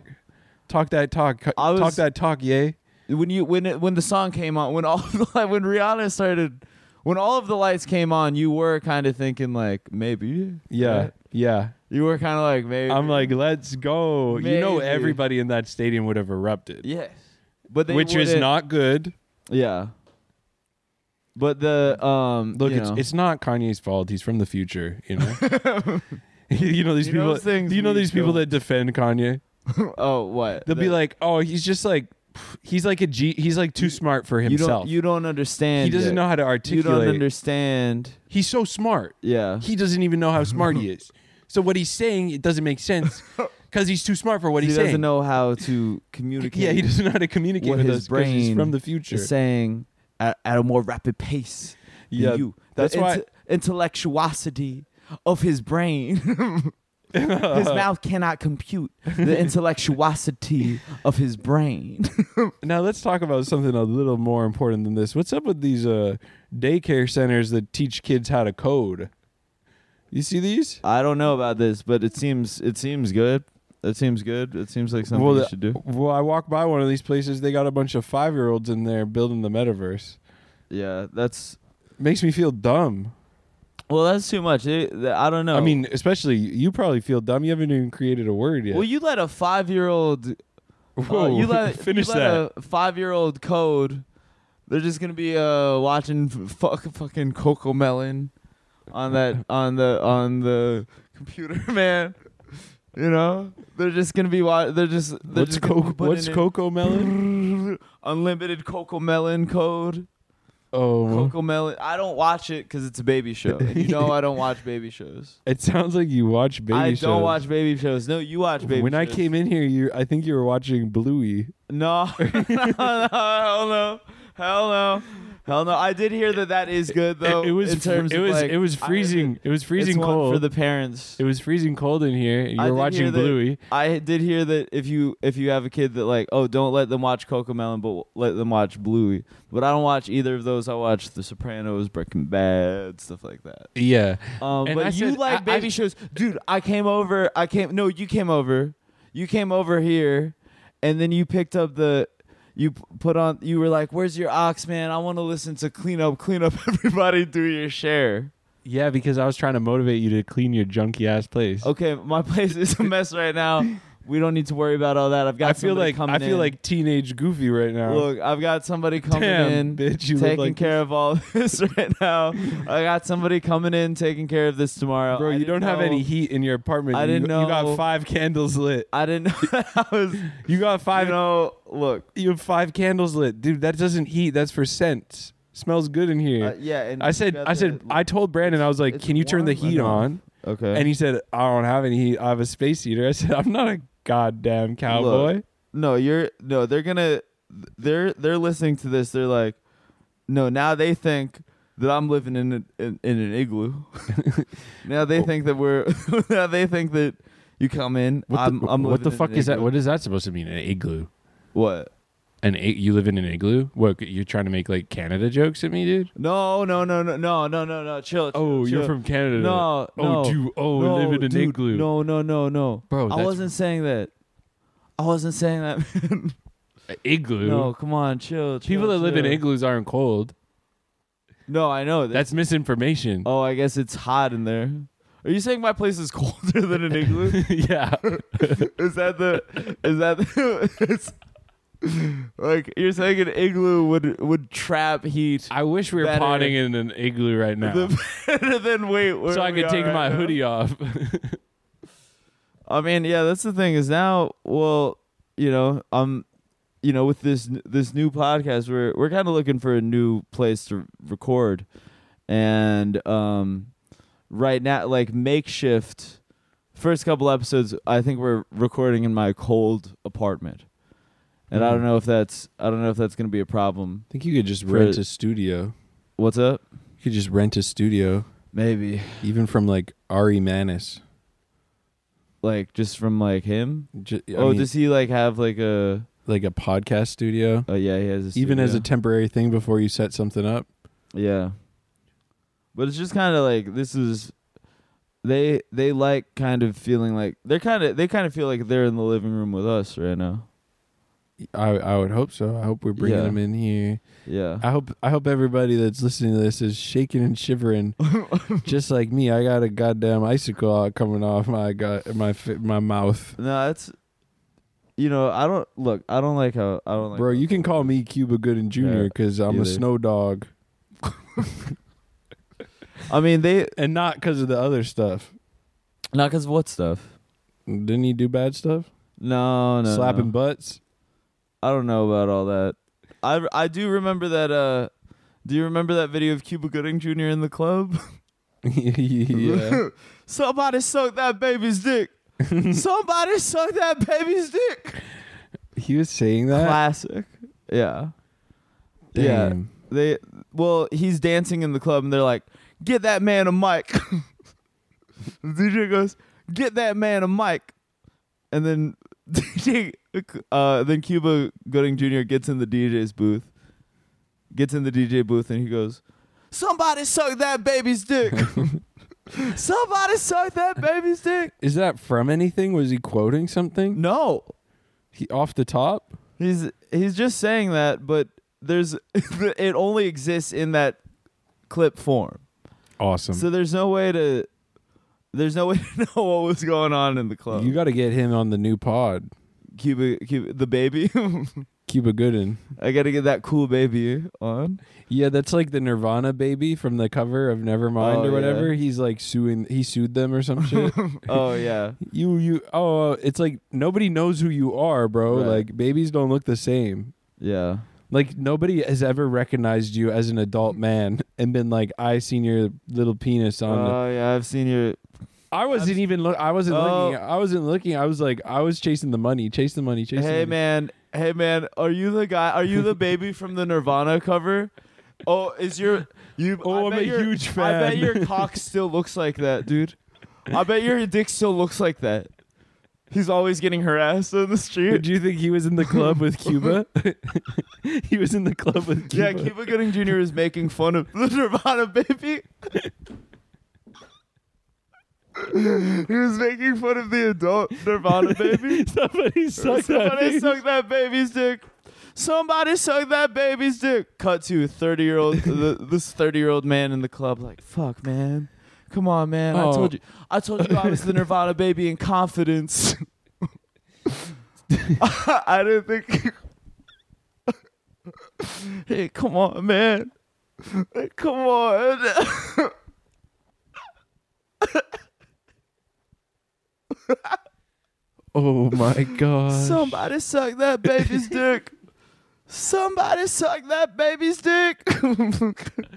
talk that talk, cu-
I
talk
was-
that talk." Yay.
when you when it, when the song came on, when all the, li- when Rihanna started, when all of the lights came on, you were kind of thinking like maybe.
Yeah,
right?
yeah.
You were kind of like maybe.
I'm like, let's go. You know,
Maybe.
everybody in that stadium would have erupted,
yes, but they
which is
wouldn't-
not good.
Yeah. But the um
Look,
you
it's,
know.
it's not Kanye's fault. He's from the future, you know. you know these
You know
people.
those things
do you know
we
these people
don't-
that defend Kanye?
oh what
They'll be
The-
like, oh, he's just like he's like a G. He's like too smart for
You
himself.
don't. You don't understand.
he doesn't
yet.
know how to
You
articulate.
don't understand.
he's so smart.
Yeah.
He doesn't even know how smart he is. So what he's saying it doesn't make sense because he's too smart for what
He
he's
doesn't
saying.
know how to communicate.
yeah, he doesn't know how to communicate
what
with
his
us because he's
brain
from the future.
is saying at, at a more rapid pace than
Yeah,
you.
that's
the
why-
intellectuosity of his brain. his mouth cannot compute the intellectuosity of his brain.
Now let's talk about something a little more important than this. What's up with these uh, daycare centers that teach kids how to code? You see these?
I don't know about this, but it seems it seems good. It seems good. It seems like something
Well,
you
the-
should do.
Well, I walk by one of these places. They got a bunch of five-year-olds in there building the metaverse.
Yeah, that's
Makes me feel dumb.
well, that's too much. It- th- I don't know.
I mean, especially you probably feel dumb. You haven't even created a word yet.
well, you let a five-year-old
Whoa,
Uh, you let,
finish
you
that.
let a five-year-old code. They're just gonna be uh, watching f- fuck, fucking Coco Melon on that on the on the computer, man. You know, they're just gonna be wa- they're just they're
What's
just gonna be
coco?
putting
What's
in
cocoa melon?
unlimited Coco Melon code.
Oh,
Coco Melon. I don't watch it because it's a baby show. And you know, I don't watch baby shows.
it sounds like you watch baby
I
shows.
don't watch baby shows. No, you watch baby.
when I
shows.
came in here, you I think you were watching Bluey.
No, no, no, hell no, hell no, hell no. I did hear that that is good though.
It, it was
in
fr-
terms
it
of,
was
like,
it was
I-
freezing. it was
it's
freezing
one
cold.
for the parents.
it was freezing cold in here. and You
I
were
did hear
watching
that-
Bluey.
I did hear that if you if you have a kid that like oh don't let them watch Coco Melon but let them watch Bluey. But I don't watch either of those. I watch The Sopranos, Breaking Bad, stuff like that.
Yeah.
Um,
And
but
I
you
said-
like
I- I-
baby shows, dude. I came over. I came. No, you came over. You came over here, and then you picked up the. You p- put on. You were like, "Where's your ox, man? I want to listen to clean up, clean up. Everybody, do your share."
Yeah, because I was trying to motivate you to clean your junky ass place.
Okay, my place is a mess right now. We don't need to worry about all that. I've got.
I feel
somebody
like
coming
I feel
in.
like teenage goofy right now.
Look, I've got somebody coming
Damn,
in.
bitch, you look
taking
like
care of all this right now. I got somebody coming in, taking care of this tomorrow.
bro,
I
you
didn't
don't have
know-
any heat in your apartment.
I
You-
didn't
You
know-
got five candles lit.
I didn't know that I was.
You got
I
five.
know. Look,
You have five candles lit, dude. That doesn't heat. That's for scent. Smells good in here.
Uh, yeah, and
I said, I said, I told Brandon, I was like,
it's
"Can you turn the
warm
heat
enough."
on?"
okay.
And he said, "I don't have any heat. I have a space heater." I said, "I'm not a goddamn cowboy."
no, you're no. They're gonna, they're they're listening to this. They're like, no. Now they think that I'm living in an, in, in an igloo. now
Oh.
they think that we're. now they think that you come in. I'm, I'm
what the
living in
fuck
an
is that?
igloo.
What is that supposed to mean? An igloo?
What?
An ig- you live in an igloo? What you're trying to make like Canada jokes at me, dude?
No, no, no, no, no, no, no, no. Chill. chill,
Oh, you're
chill.
from Canada?
No,
Oh,
no,
you oh
no,
live in an
dude,
igloo?
No, no, no, no.
Bro,
I
that's-
wasn't saying that. I wasn't saying that.
An igloo.
No, come on, chill. chill
People that live in
chill.
igloos aren't cold.
No, I know. That's
That's misinformation.
oh, I guess it's hot in there. Are you saying my place is colder than an igloo?
yeah.
is that the? Is that the? It's, like you're saying an igloo would would trap heat
I wish we were
Better.
potting in an igloo right now.
the better than wait. Where
so I
we
could
are
take
right
my
now.
hoodie off.
I mean, yeah, that's the thing is now. Well, you know, um, you know, with this n- this new podcast, we're we're kind of looking for a new place to record, and um, right now, like makeshift. First couple episodes, I think we're recording in my cold apartment, and
Hmm.
I don't know if that's I don't know if that's gonna be a problem.
think you could just
For- rent a
studio.
What's up?
You could just rent a studio,
Maybe
even from like Ari Manis.
like just from like him.
Just,
oh, does he like have like a?
like a podcast studio,
Oh yeah, he has a.
even as
studio.
a temporary thing before you set something up.
Yeah. But it's just kind of like this is they they like kind of feeling like they're kind of they kind of feel like they're in the living room with us right now.
I I would hope so. I hope we're bringing
Yeah.
them in here.
Yeah.
I hope I hope everybody that's listening to this is shaking and shivering, just like me. I got a goddamn icicle out coming off my god my fi- my mouth,
No, that's you know, I don't look, I don't like how I don't like
bro. You can call me Cuba Gooden Jr.
Yeah,
because I'm
either.
a snow dog,
I mean, they
and not because of the other stuff.
not cuz of what stuff?
Didn't he do bad stuff?
No, no.
Slapping
no.
butts.
I don't know about all that. I I do remember that. Uh, do you remember that video of Cuba Gooding Jr. in the club?
yeah.
Somebody sucked that baby's dick. Somebody sucked that baby's dick.
He was saying that.
Classic. Yeah. Yeah.
Damn.
They well, he's dancing in the club and they're like, "Get that man a mic." the DJ goes, "Get that man a mic," and then DJ, uh, then Cuba Gooding Jr. gets in the DJ's booth, gets in the DJ booth, and he goes, "Somebody suck that baby's dick." Somebody suck that baby's dick.
Is that from anything? Was he quoting something?
No,
He off the top?
He's he's just saying that, but there's it only exists in that clip form.
Um,
Awesome.
So there's no way to there's no way to know what was going on in the club.
You got to get him on the new pod.
Cuba, Cuba the baby.
Cuba Gooden.
I got to get that cool baby on.
Yeah, that's like the Nirvana baby from the cover of Nevermind
Oh,
or
yeah.
whatever. He's like suing. He sued them or some shit.
Oh yeah.
you you. Oh, it's like nobody knows who you are, bro.
Right.
Like babies don't look the same.
Yeah.
Like nobody has ever recognized you as an adult man and been like, "I seen your little penis on." the-"
Oh yeah, I've seen your
I wasn't even. Lo- I wasn't
Oh.
looking. I wasn't looking. I was like, I was chasing the money. Chase the money. Chase.
Hey
the money.
man, hey man, are you the guy? Are you the baby from the Nirvana cover? Oh, is your you?
Oh,
I
I'm
bet
a
your-
huge
I bet
fan.
your cock still looks like that, dude. I bet your dick still looks like that. He's always getting harassed in the street.
Do you think he was in the club with Cuba? he was in the club with
Yeah,
Cuba.
Cuba Gooding Jr. is making fun of the Nirvana baby. he was making fun of the adult Nirvana baby.
Somebody sucked
Somebody suck that baby's dick. Somebody suck that baby's dick. Cut to thirty year old this thirty year old man in the club. Like fuck, man. Come on, man. I
Oh.
told you. I told you I was the Nirvana baby in confidence. I didn't think. hey, come on, man. Hey, come on.
Oh my god.
Somebody suck that baby's dick. Somebody suck that baby's dick.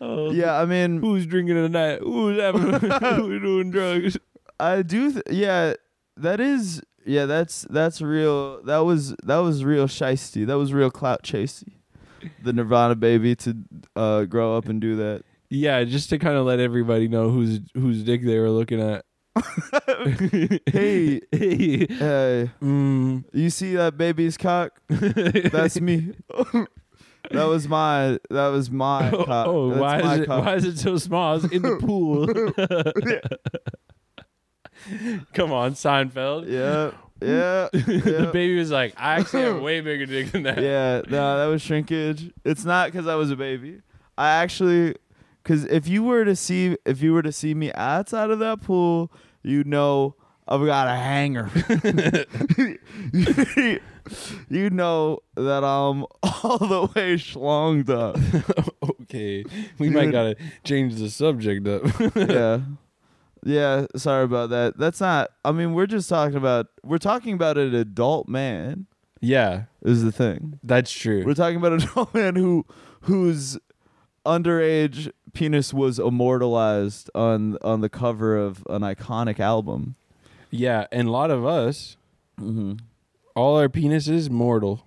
Oh,
yeah, I mean,
Who's drinking tonight? Who's having? who's doing drugs?
I do. Th- yeah, that is. Yeah, that's that's real. That was that was real shisty. That was real clout chasey. The Nirvana baby to uh, grow up and do that.
Yeah, just to kind of let everybody know whose whose dick they were looking at.
Hey,
Hey.
hey,
Mm.
you see that baby's cock? That's me. that was my. That was my
Oh,
cock.
oh,
That's
why
my
is it?
cock.
Why is it so small? It's in the pool. Come on, Seinfeld.
Yeah, yeah,
The
yeah.
baby was like, I actually have way bigger dick than that.
yeah, no, that was shrinkage. It's not because I was a baby. I actually, because if you were to see, if you were to see me outside of that pool, you know I've got a hanger. you know that I'm all the way schlonged up.
okay, we might
Dude.
gotta change the subject up.
yeah. Yeah, sorry about that. That's not I mean, we're just talking about we're talking about an adult man
yeah,
is the thing.
that's true.
We're talking about an old man who whose underage penis was immortalized on on the cover of an iconic album.
Yeah, and a lot of us,
Mm-hmm.
all our penises mortal.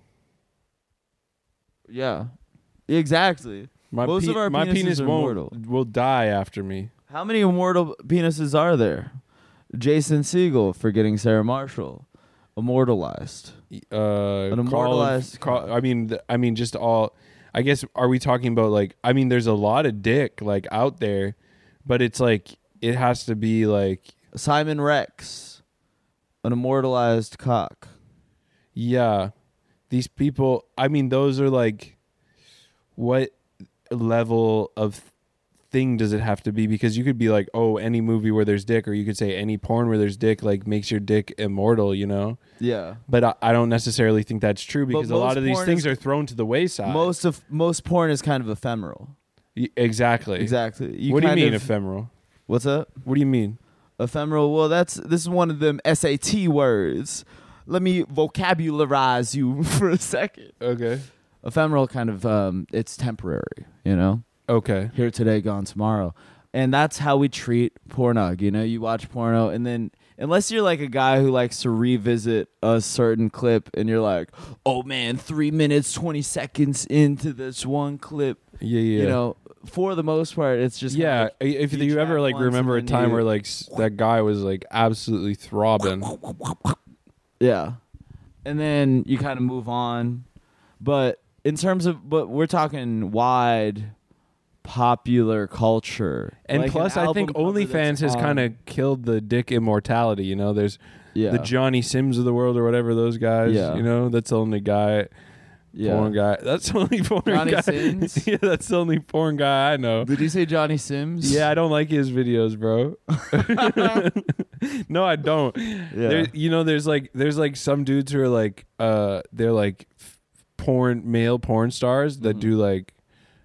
Yeah, exactly.
My
Most of our
my
penises
penis
are
won't,
mortal.
will die after me.
How many immortal penises are there? Jason Siegel for getting Sarah Marshall immortalized.
Uh,
An immortalized-
Carl- Carl- I mean, th- I mean, just all. I guess are we talking about like? I mean, there's a lot of dick like out there, but it's like it has to be like
Simon Rex, an immortalized cock.
yeah. These people. I mean, those are like, what level of thing does it have to be? Because you could be like, oh, any movie where there's dick, or you could say any porn where there's dick like makes your dick immortal. You know.
Yeah.
But I, I don't necessarily think that's true because a lot
most
of these
porn
things
is-
are thrown to the wayside.
Most of most porn is kind of ephemeral.
Y- exactly.
Exactly.
what do you
kind
mean
of-
ephemeral?
what's up?
What do you mean?
Ephemeral. Well, that's this is one of them SAT words let me vocabularize you for a second.
Okay.
Ephemeral kind of um, it's temporary, you know,
Okay.
here today, gone tomorrow, and that's how we treat pornog. You know, you watch porno, and then unless you're like a guy who likes to revisit a certain clip, and you're like, oh man, three minutes twenty seconds into this one clip,
Yeah, yeah.
you know, for the most part, it's just kind of
yeah,
like,
i- if
you
you, ever
chat
like
once
remember a
and then
time
you-
where like s- that guy was like absolutely throbbing.
Yeah. And then you kind of move on. But in terms of but we're talking wide popular culture.
And
Like an
plus, I
album
think
cover
OnlyFans
that's
has
on-
kind of killed the dick immortality. You know, there's
yeah,
the Johnny Sims of the world or whatever those guys.
Yeah.
You know, that's the only guy, porn
yeah.
guy. That's the only porn
Johnny
guy.
Sins?
yeah, that's the only porn guy I know.
Did you say Johnny Sims?
Yeah, I don't like his videos, bro. no, I don't.
yeah.
There, you know, there's like there's like some dudes who are like uh they're like f- porn male porn stars that
Mhm.
do like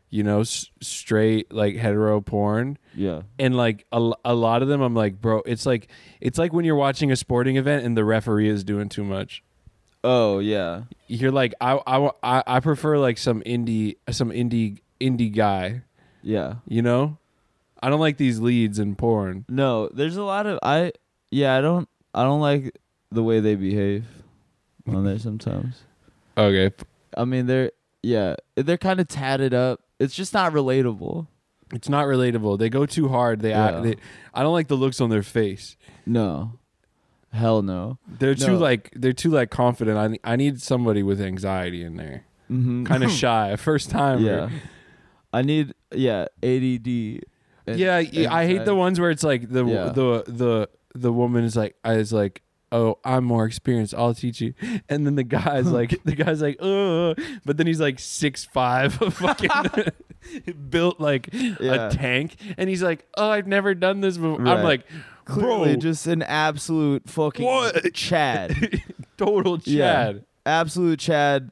you know s- straight like hetero porn
Yeah.
and like a, l- a lot of them I'm like bro it's like it's like when you're watching a sporting event and the referee is doing too much
Oh yeah.
you're like I I wa- I, I prefer like some indie some indie indie guy
Yeah.
you know I don't like these leads in porn
No, there's a lot of I yeah, I don't I don't like the way they behave on there sometimes.
okay
I mean they're yeah, they're kind of tatted up. It's just not relatable.
It's not relatable. They go too hard. They, act,
Yeah.
they I don't like the looks on their face.
No. Hell no.
They're too
No.
like they're too like confident. I ne- I need somebody with anxiety in there.
Mm-hmm.
Kind of shy, first time.
yeah. I need yeah, ADD. and
Yeah, y- I hate
anxiety.
the ones where it's like the
Yeah.
the the the woman is like I is like Oh, I'm more experienced. I'll teach you. And then the guy's like, the guy's like, oh, but then he's like six five, fucking built like
Yeah.
a tank, and he's like, oh, I've never done this before.
Right.
I'm like,
clearly
bro,
just an absolute fucking
What?
Chad.
total
Yeah.
Chad.
absolute Chad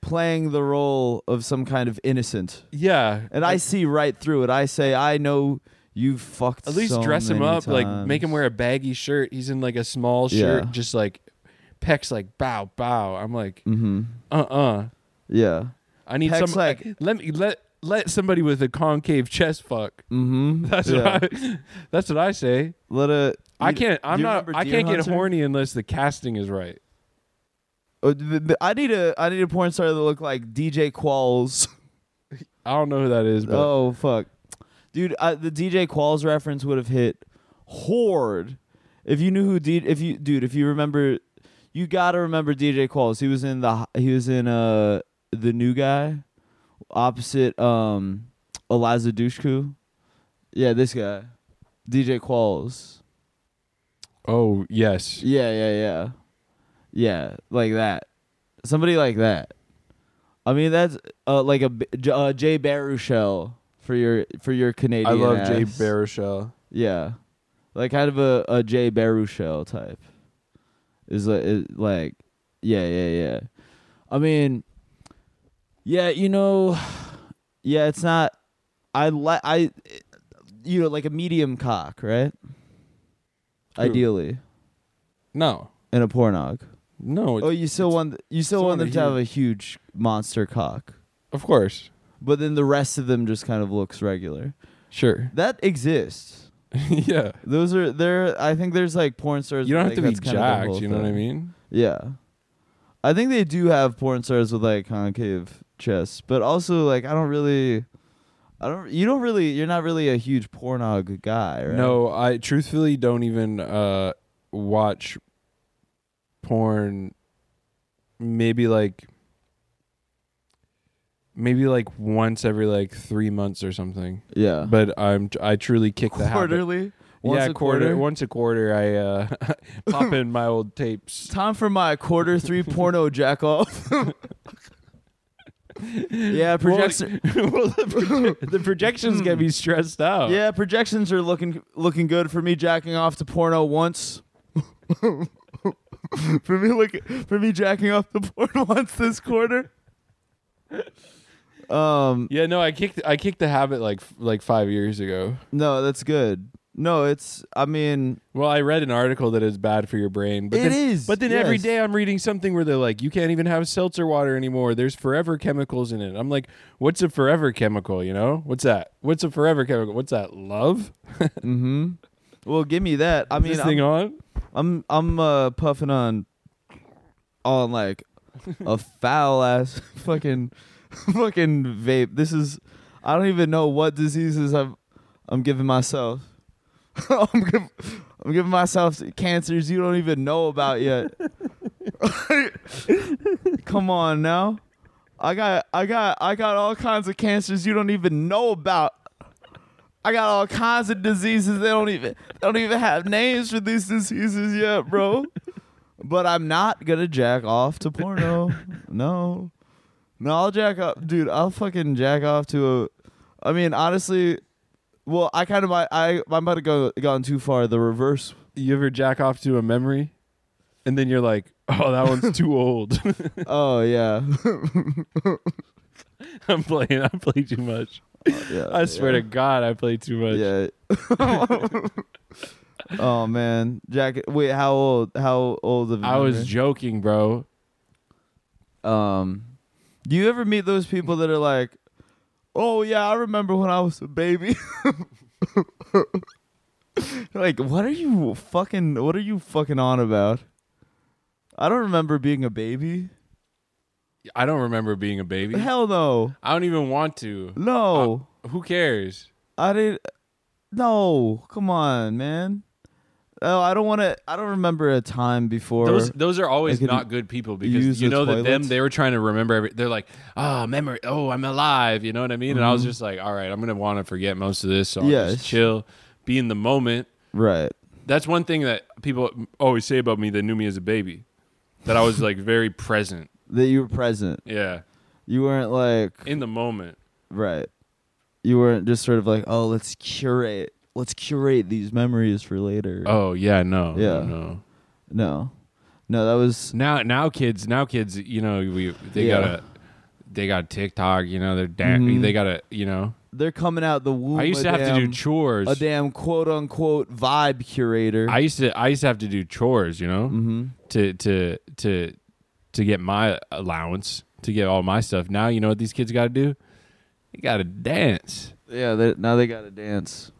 playing the role of some kind of innocent.
Yeah.
And I see right through it. I say I know you've fucked
at least
so
dress him
many
up, like make him
times.
wear a baggy shirt. He's in like a small shirt,
Yeah.
just like pecs like bow bow. I'm like,
Mhm.
uh uh
Yeah.
I need
Pecs
some
like-
let me let let somebody with a concave chest fuck.
Mhm.
That's
yeah.
what I, that's what I say.
Let a
I
you-
can't I'm
you
not
remember
I
Deer
can't
Hunter?
get horny unless the casting is right.
Oh, th- th- I need a I need a porn star that look like DJ Qualls.
I don't know who that is, but
Oh fuck, dude! I, the DJ Qualls reference would have hit hard if you knew who D. If you, dude, if you remember, you gotta remember DJ Qualls. He was in the he was in uh the new guy opposite um Eliza Dushku. Yeah, this guy, DJ Qualls.
oh yes.
Yeah, yeah, yeah, yeah, like that. Somebody like that. I mean, that's uh, like a B- J- uh, Jay Baruchel for your for your Canadian.
I love Jay
ass.
Baruchel.
Yeah, like kind of a, a Jay Baruchel type. Is like, is like, yeah, yeah, yeah. I mean, yeah, you know, yeah, it's not. I like I, you know, like a medium cock, right?
True.
Ideally,
No.
in a pornog.
No,
Oh, you still
it's-
want you still
still
want
on
them
the
to have a huge monster cock,
of course.
but then the rest of them just kind of looks regular.
Sure.
That exists.
yeah.
Those are there. I think there's like porn stars.
You don't
with,
have to
like,
be
that's kind of the
jacked,
whole
you know what I
thing.
mean?
Yeah, I think they do have porn stars with like concave chests, but also like I don't really, I don't. You don't really. You're not really a huge pornog guy, right?
No, I truthfully don't even uh watch porn maybe like maybe like once every like 3 months or something.
Yeah.
But I'm I truly kick the habit.
quarterly. Once
yeah,
a
quarter,
quarter?
once a quarter I uh pop in my old tapes.
Time for my quarter three porno jack off. yeah,
uh,
projection. Hmm.
well, the, proje- the projections get me stressed out.
Yeah, projections are looking looking good for me jacking off to porno once. for me look for me jacking off to porno once this quarter. Um
Yeah, no, I kicked I kicked the habit like f- like 5 years ago.
no, that's good. No, it's. I mean,
Well, I read an article that is bad for your brain. But
It
then,
is,
But then every
yes.
day I'm reading something where they're like, you can't even have seltzer water anymore. There's forever chemicals in it. I'm like, what's a forever chemical? You know, what's that? What's a forever chemical? What's that? Love?
mm-hmm. Well, give me that. I mean,
this thing
I'm,
on?
I'm I'm uh, puffing on on like a foul ass fucking fucking vape. This is. I don't even know what diseases I'm I'm giving myself. I'm, giv I'm giving myself cancers you don't even know about yet. Come on now. I got I got I got all kinds of cancers you don't even know about. I got all kinds of diseases they don't even they don't even have names for these diseases yet, bro. but I'm not gonna jack off to porno. No. No, I'll jack off dude, I'll fucking jack off to a I mean honestly well, I kind of might I I might have go, gone too far the reverse.
You ever jack off to a memory? And then you're like, oh, that one's too old.
oh yeah.
I'm playing. I play too much.
yeah.
I swear
yeah.
to God, I play too much.
Yeah. oh man, Jack. Wait, how old? How old of? a
I was
memory?
joking, bro.
Um, do you ever meet those people that are like, "Oh yeah, I remember when I was a baby." like, what are you fucking? What are you fucking on about? I don't remember being a baby.
I don't remember being a baby.
Hell no,
I don't even want to.
no.
Who cares?
I didn't. No, come on, man. Oh, I don't want to. I don't remember a time before.
Those those are
I
always
could
not good people
use
because you
the
know that them
toilet.
they were trying to remember every. They're like, ah, memory. Oh, I'm alive. You know what I mean? And I was just like, all right, I'm gonna want to forget most of this. So I'll
Mm-hmm. Yes.
just chill, be in the moment.
right.
That's one thing that people always say about me that knew me as a baby, that I was like very present.
That you were present.
Yeah,
You weren't like
in the moment.
right. You weren't just sort of like, oh, let's curate, let's curate these memories for later.
Oh yeah, no,
Yeah.
no, no.
No, no, that was
Now now kids now kids you know we they
Yeah.
gotta they got TikTok you know they're da-
Mhm.
they gotta you know
they're coming out the womb.
I used
a
to have to do
damn-
chores.
a damn quote unquote vibe curator.
I used to I used to have to do chores, you know,
mm-hmm.
to to to to get my allowance, to get all my stuff. Now you know what these kids got to do? They got to dance.
Yeah, they, now they got to dance.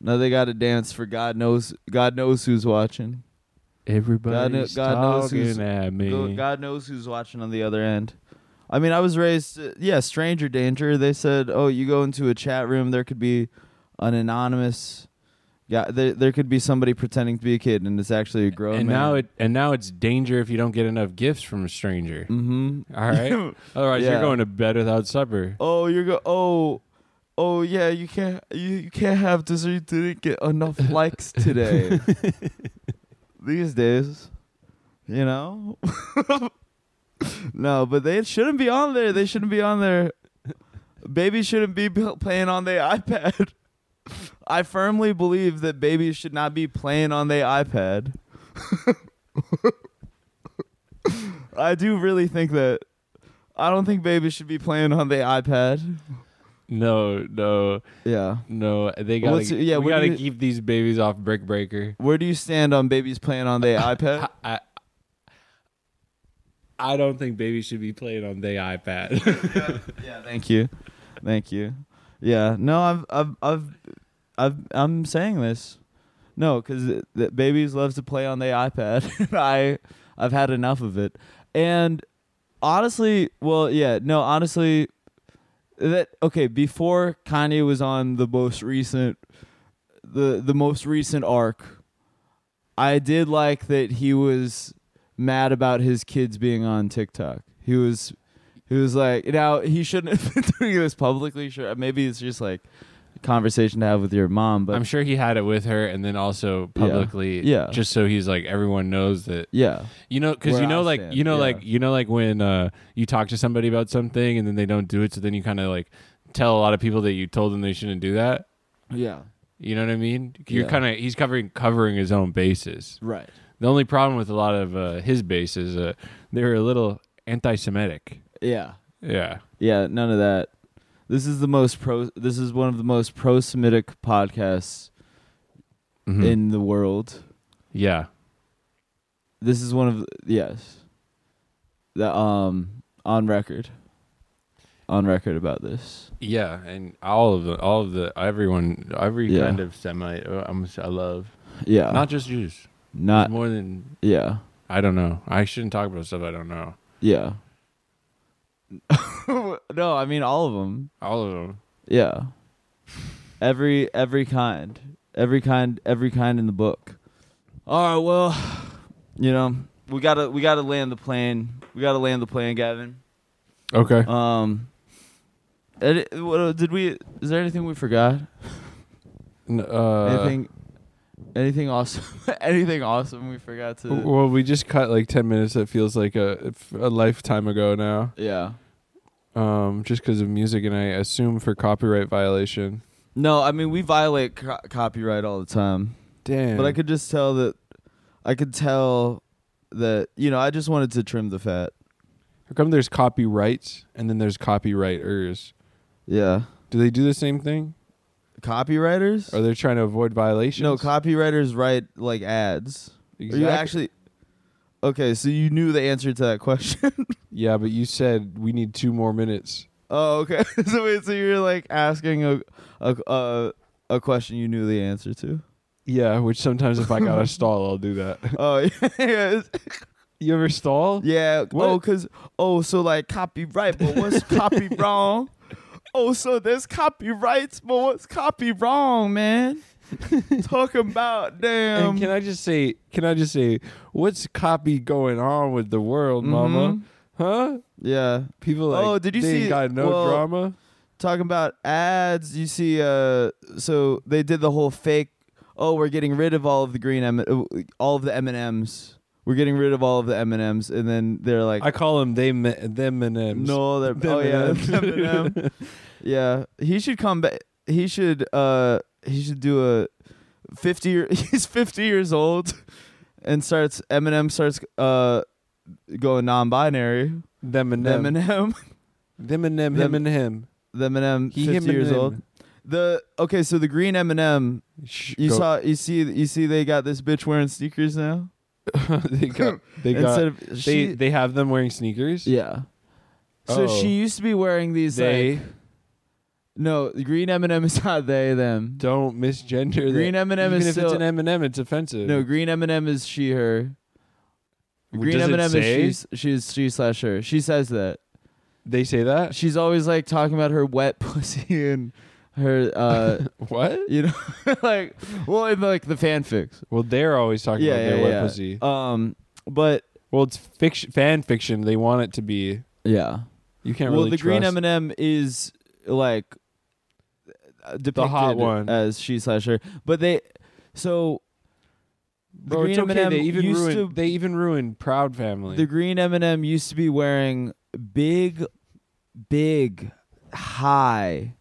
Now they got to dance for God knows God knows who's watching.
Everybody's
God knows
talking
who's-
at
Go-
me.
God knows who's watching on the other end. I mean, I was raised, uh, yeah, stranger danger. They said, oh, you go into a chat room, there could be an anonymous guy. There, there could be somebody pretending to be a kid, and it's actually a grown
and
man.
now it and now it's danger if you don't get enough gifts from a stranger.
Mm-hmm.
All right, otherwise
Yeah.
you're going to bed without supper.
Oh, you're go. Oh, oh yeah, you can't. You, you can't have dessert. You didn't get enough likes today. These days, you know. no, but they shouldn't be on there. They shouldn't be on there. Babies shouldn't be p- playing on their iPad. I firmly believe that babies should not be playing on their iPad. I do really think that. I don't think babies should be playing on their iPad.
No, no,
Yeah.
no. They got
What's-
to
yeah,
yeah, we
what
got
do
to
you-
keep these babies off brick breaker.
Where do you stand on babies playing on their iPad?
I I don't think babies should be playing on their iPad.
yeah, thank you, thank you. Yeah, no, I've, I've, I've, I've I'm saying this, no, because the babies love to play on their iPad. I, I've had enough of it. And honestly, well, yeah, no, honestly, that okay. Before Kanye was on the most recent, the the most recent arc, I did like that he was mad about his kids being on TikTok. He was he was like, now he shouldn't have been doing this publicly. Sure, maybe it's just like a conversation to have with your mom, but
I'm sure he had it with her, and then also publicly,
Yeah.
just so he's like everyone knows that
yeah,
you know, because
Where
you know,
I
like
stand,
you know,
yeah.
like you know, like when uh, you talk to somebody about something and then they don't do it, so then you kind of like tell a lot of people that you told them they shouldn't do that.
yeah,
You know what I mean? You're
Yeah.
kind of he's covering covering his own bases.
right.
The only problem with a lot of uh, his bases, uh, they're a little anti-Semitic.
Yeah.
Yeah.
Yeah, none of that. This is the most pro this is one of the most pro Semitic podcasts
Mhm.
in the world.
yeah.
This is one of the, yes. The um on record. On record about this.
Yeah, and all of the, all of the, everyone, every
Yeah.
kind of Semite, uh, I'm, I love.
Yeah.
Not just Jews. It's
not
more than
yeah.
I don't know. I shouldn't talk about stuff I don't know.
Yeah. no, I mean all of them.
All of them.
Yeah. Every every kind. Every kind every kind in the book. All right, well, you know, we got to we got to land the plane. We got to land the plane, Gavin.
Okay.
Um and it- what did we is there anything we forgot?
Uh,
Anything anything awesome anything awesome we forgot to
Well, we just cut like 10 minutes that feels like a, a lifetime ago now,
Yeah.
um, just because of music, and I assume for copyright violation.
No, I mean we violate co- copyright all the time.
Damn.
But I could just tell that I could tell that you know, I just wanted to trim the fat.
How come there's copyrights and then there's copywriters?
Yeah.
Do they do the same thing?
Copywriters?
Are they trying to avoid violations?
no, copywriters write like ads. Are
Exactly.
you actually Okay, so you knew the answer to that question.
yeah, but you said we need two more minutes.
oh, okay. so wait, so you're like asking a a a, a question you knew the answer to.
Yeah, which sometimes if I gotta stall, I'll do that.
Oh, yeah. it's-
You ever stall?
Yeah.
What?
Oh, cause oh, so like copyright, but what's copy wrong? Oh, so there's copyrights, but what's copy wrong, man? Talking about damn.
and can I just say, can I just say, what's copy going on with the world, mama?
Mhm.
Huh?
Yeah.
People like,
Oh, did you
they ain't
see-
got no
well-
drama?
Talking about ads, you see. Uh, so they did the whole fake. Oh, we're getting rid of all of the green M, uh, all of the M and M's. We're getting rid of all of the M and M's, and then they're like,
I call them they me- them and them.
No, they're oh yeah,
M&Ms.
Eminem. yeah. He should come back. He should uh he should do a fifty. Year- he's fifty years old, and starts Eminem starts uh going non-binary. M&M,
them and them,
Eminem,
them and them,
Them-
him and him.
Eminem,
He,
M&M
him,
fifty
and
years
them.
old. The okay, so the green M&M Eminem.
Shh,
You
go-
saw you see you see they got this bitch wearing sneakers now
they got they got
instead of
they
she
they have them wearing sneakers.
yeah. So
Oh.
she used to be wearing these
They
like no, the green Eminem is not they them.
don't misgender. that.
Green M&M
Even
is
if it's
still-
an M and M, it's offensive.
No, green M&M is she her.
Well,
Green
does it
M&M is
say?
she's she's she slash her. She says that
they say that.
she's always like talking about her wet pussy and her uh
What?
you know like well in like the fanfics.
Well, they're always talking
Yeah,
about
yeah,
their wet
yeah.
pussy.
Um, but
Well, it's fiction, fan fiction. They want it to be.
yeah.
You can't
Well,
really
the green
trust-
M&M is like uh, depicted
hot one.
as she slash her, but they so the
Bro, it's
green
okay.
M&M
They even
used
ruined.
to-
they even ruined Proud Family.
The green M&M used to be wearing big, big, high,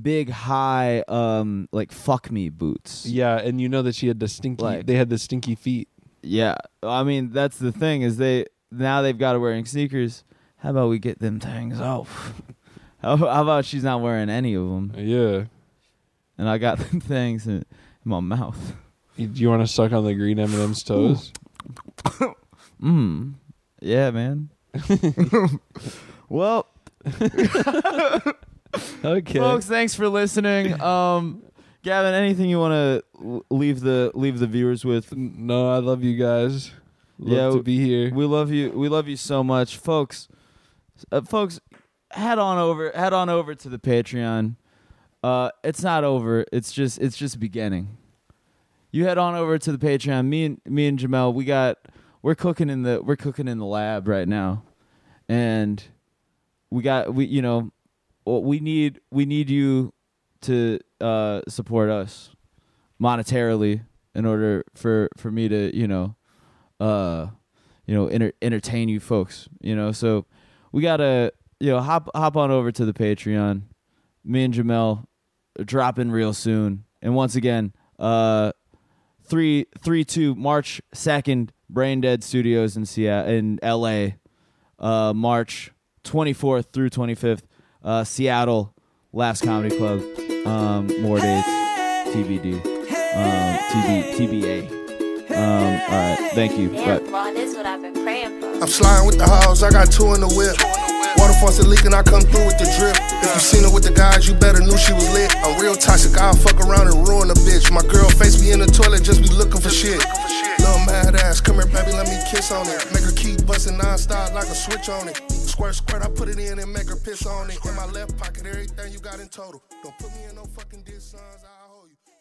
big high, um, like fuck me boots.
yeah, and you know that she had the stinky.
Like-
they had the stinky feet.
Yeah. I mean, that's the thing is they now they've got her wearing sneakers. How about we get them things off? How, how about she's not wearing any of them,
Yeah.
and I got them things in, in my mouth.
You, do you want to suck on the green M and M's toes?
Mm. Yeah, man. well,
okay.
folks thanks for listening um gavin anything you want to leave the leave the viewers with
No, I love you guys. Love
Yeah,
to be here.
we love you we love you so much folks uh, folks head on over head on over to the patreon uh it's not over it's just it's just beginning you head on over to the patreon me and me and jamel we got we're cooking in the we're cooking in the lab right now and we got we you know well, we need we need you to uh support us monetarily in order for for me to you know uh you know enter, entertain you folks you know so we gotta you know hop hop on over to the patreon me and jamel are dropping real soon and once again uh three three two march 2nd brain dead studios in seattle in la uh march 24th through 25th uh seattle last comedy club um more dates tbd Um, TB, TBA. Um, all right. Thank you. Bye.
Damn, Vaughn, this is what I've been praying for.
I'm sliding with the hogs, I got two in the whip. Water faucet leaking, I come through with the drip. If you seen her with the guys, you better knew she was lit. I'm real toxic, I'll fuck around and ruin a bitch. My girl face me in the toilet, just be looking for shit. Little mad ass, come here, baby, let me kiss on it. Make her keep busting non-stop like a switch on it. Squirt, squirt, I put it in and make her piss on it. In my left pocket, everything you got in total. Don't put me in no fucking dick signs, I hold you.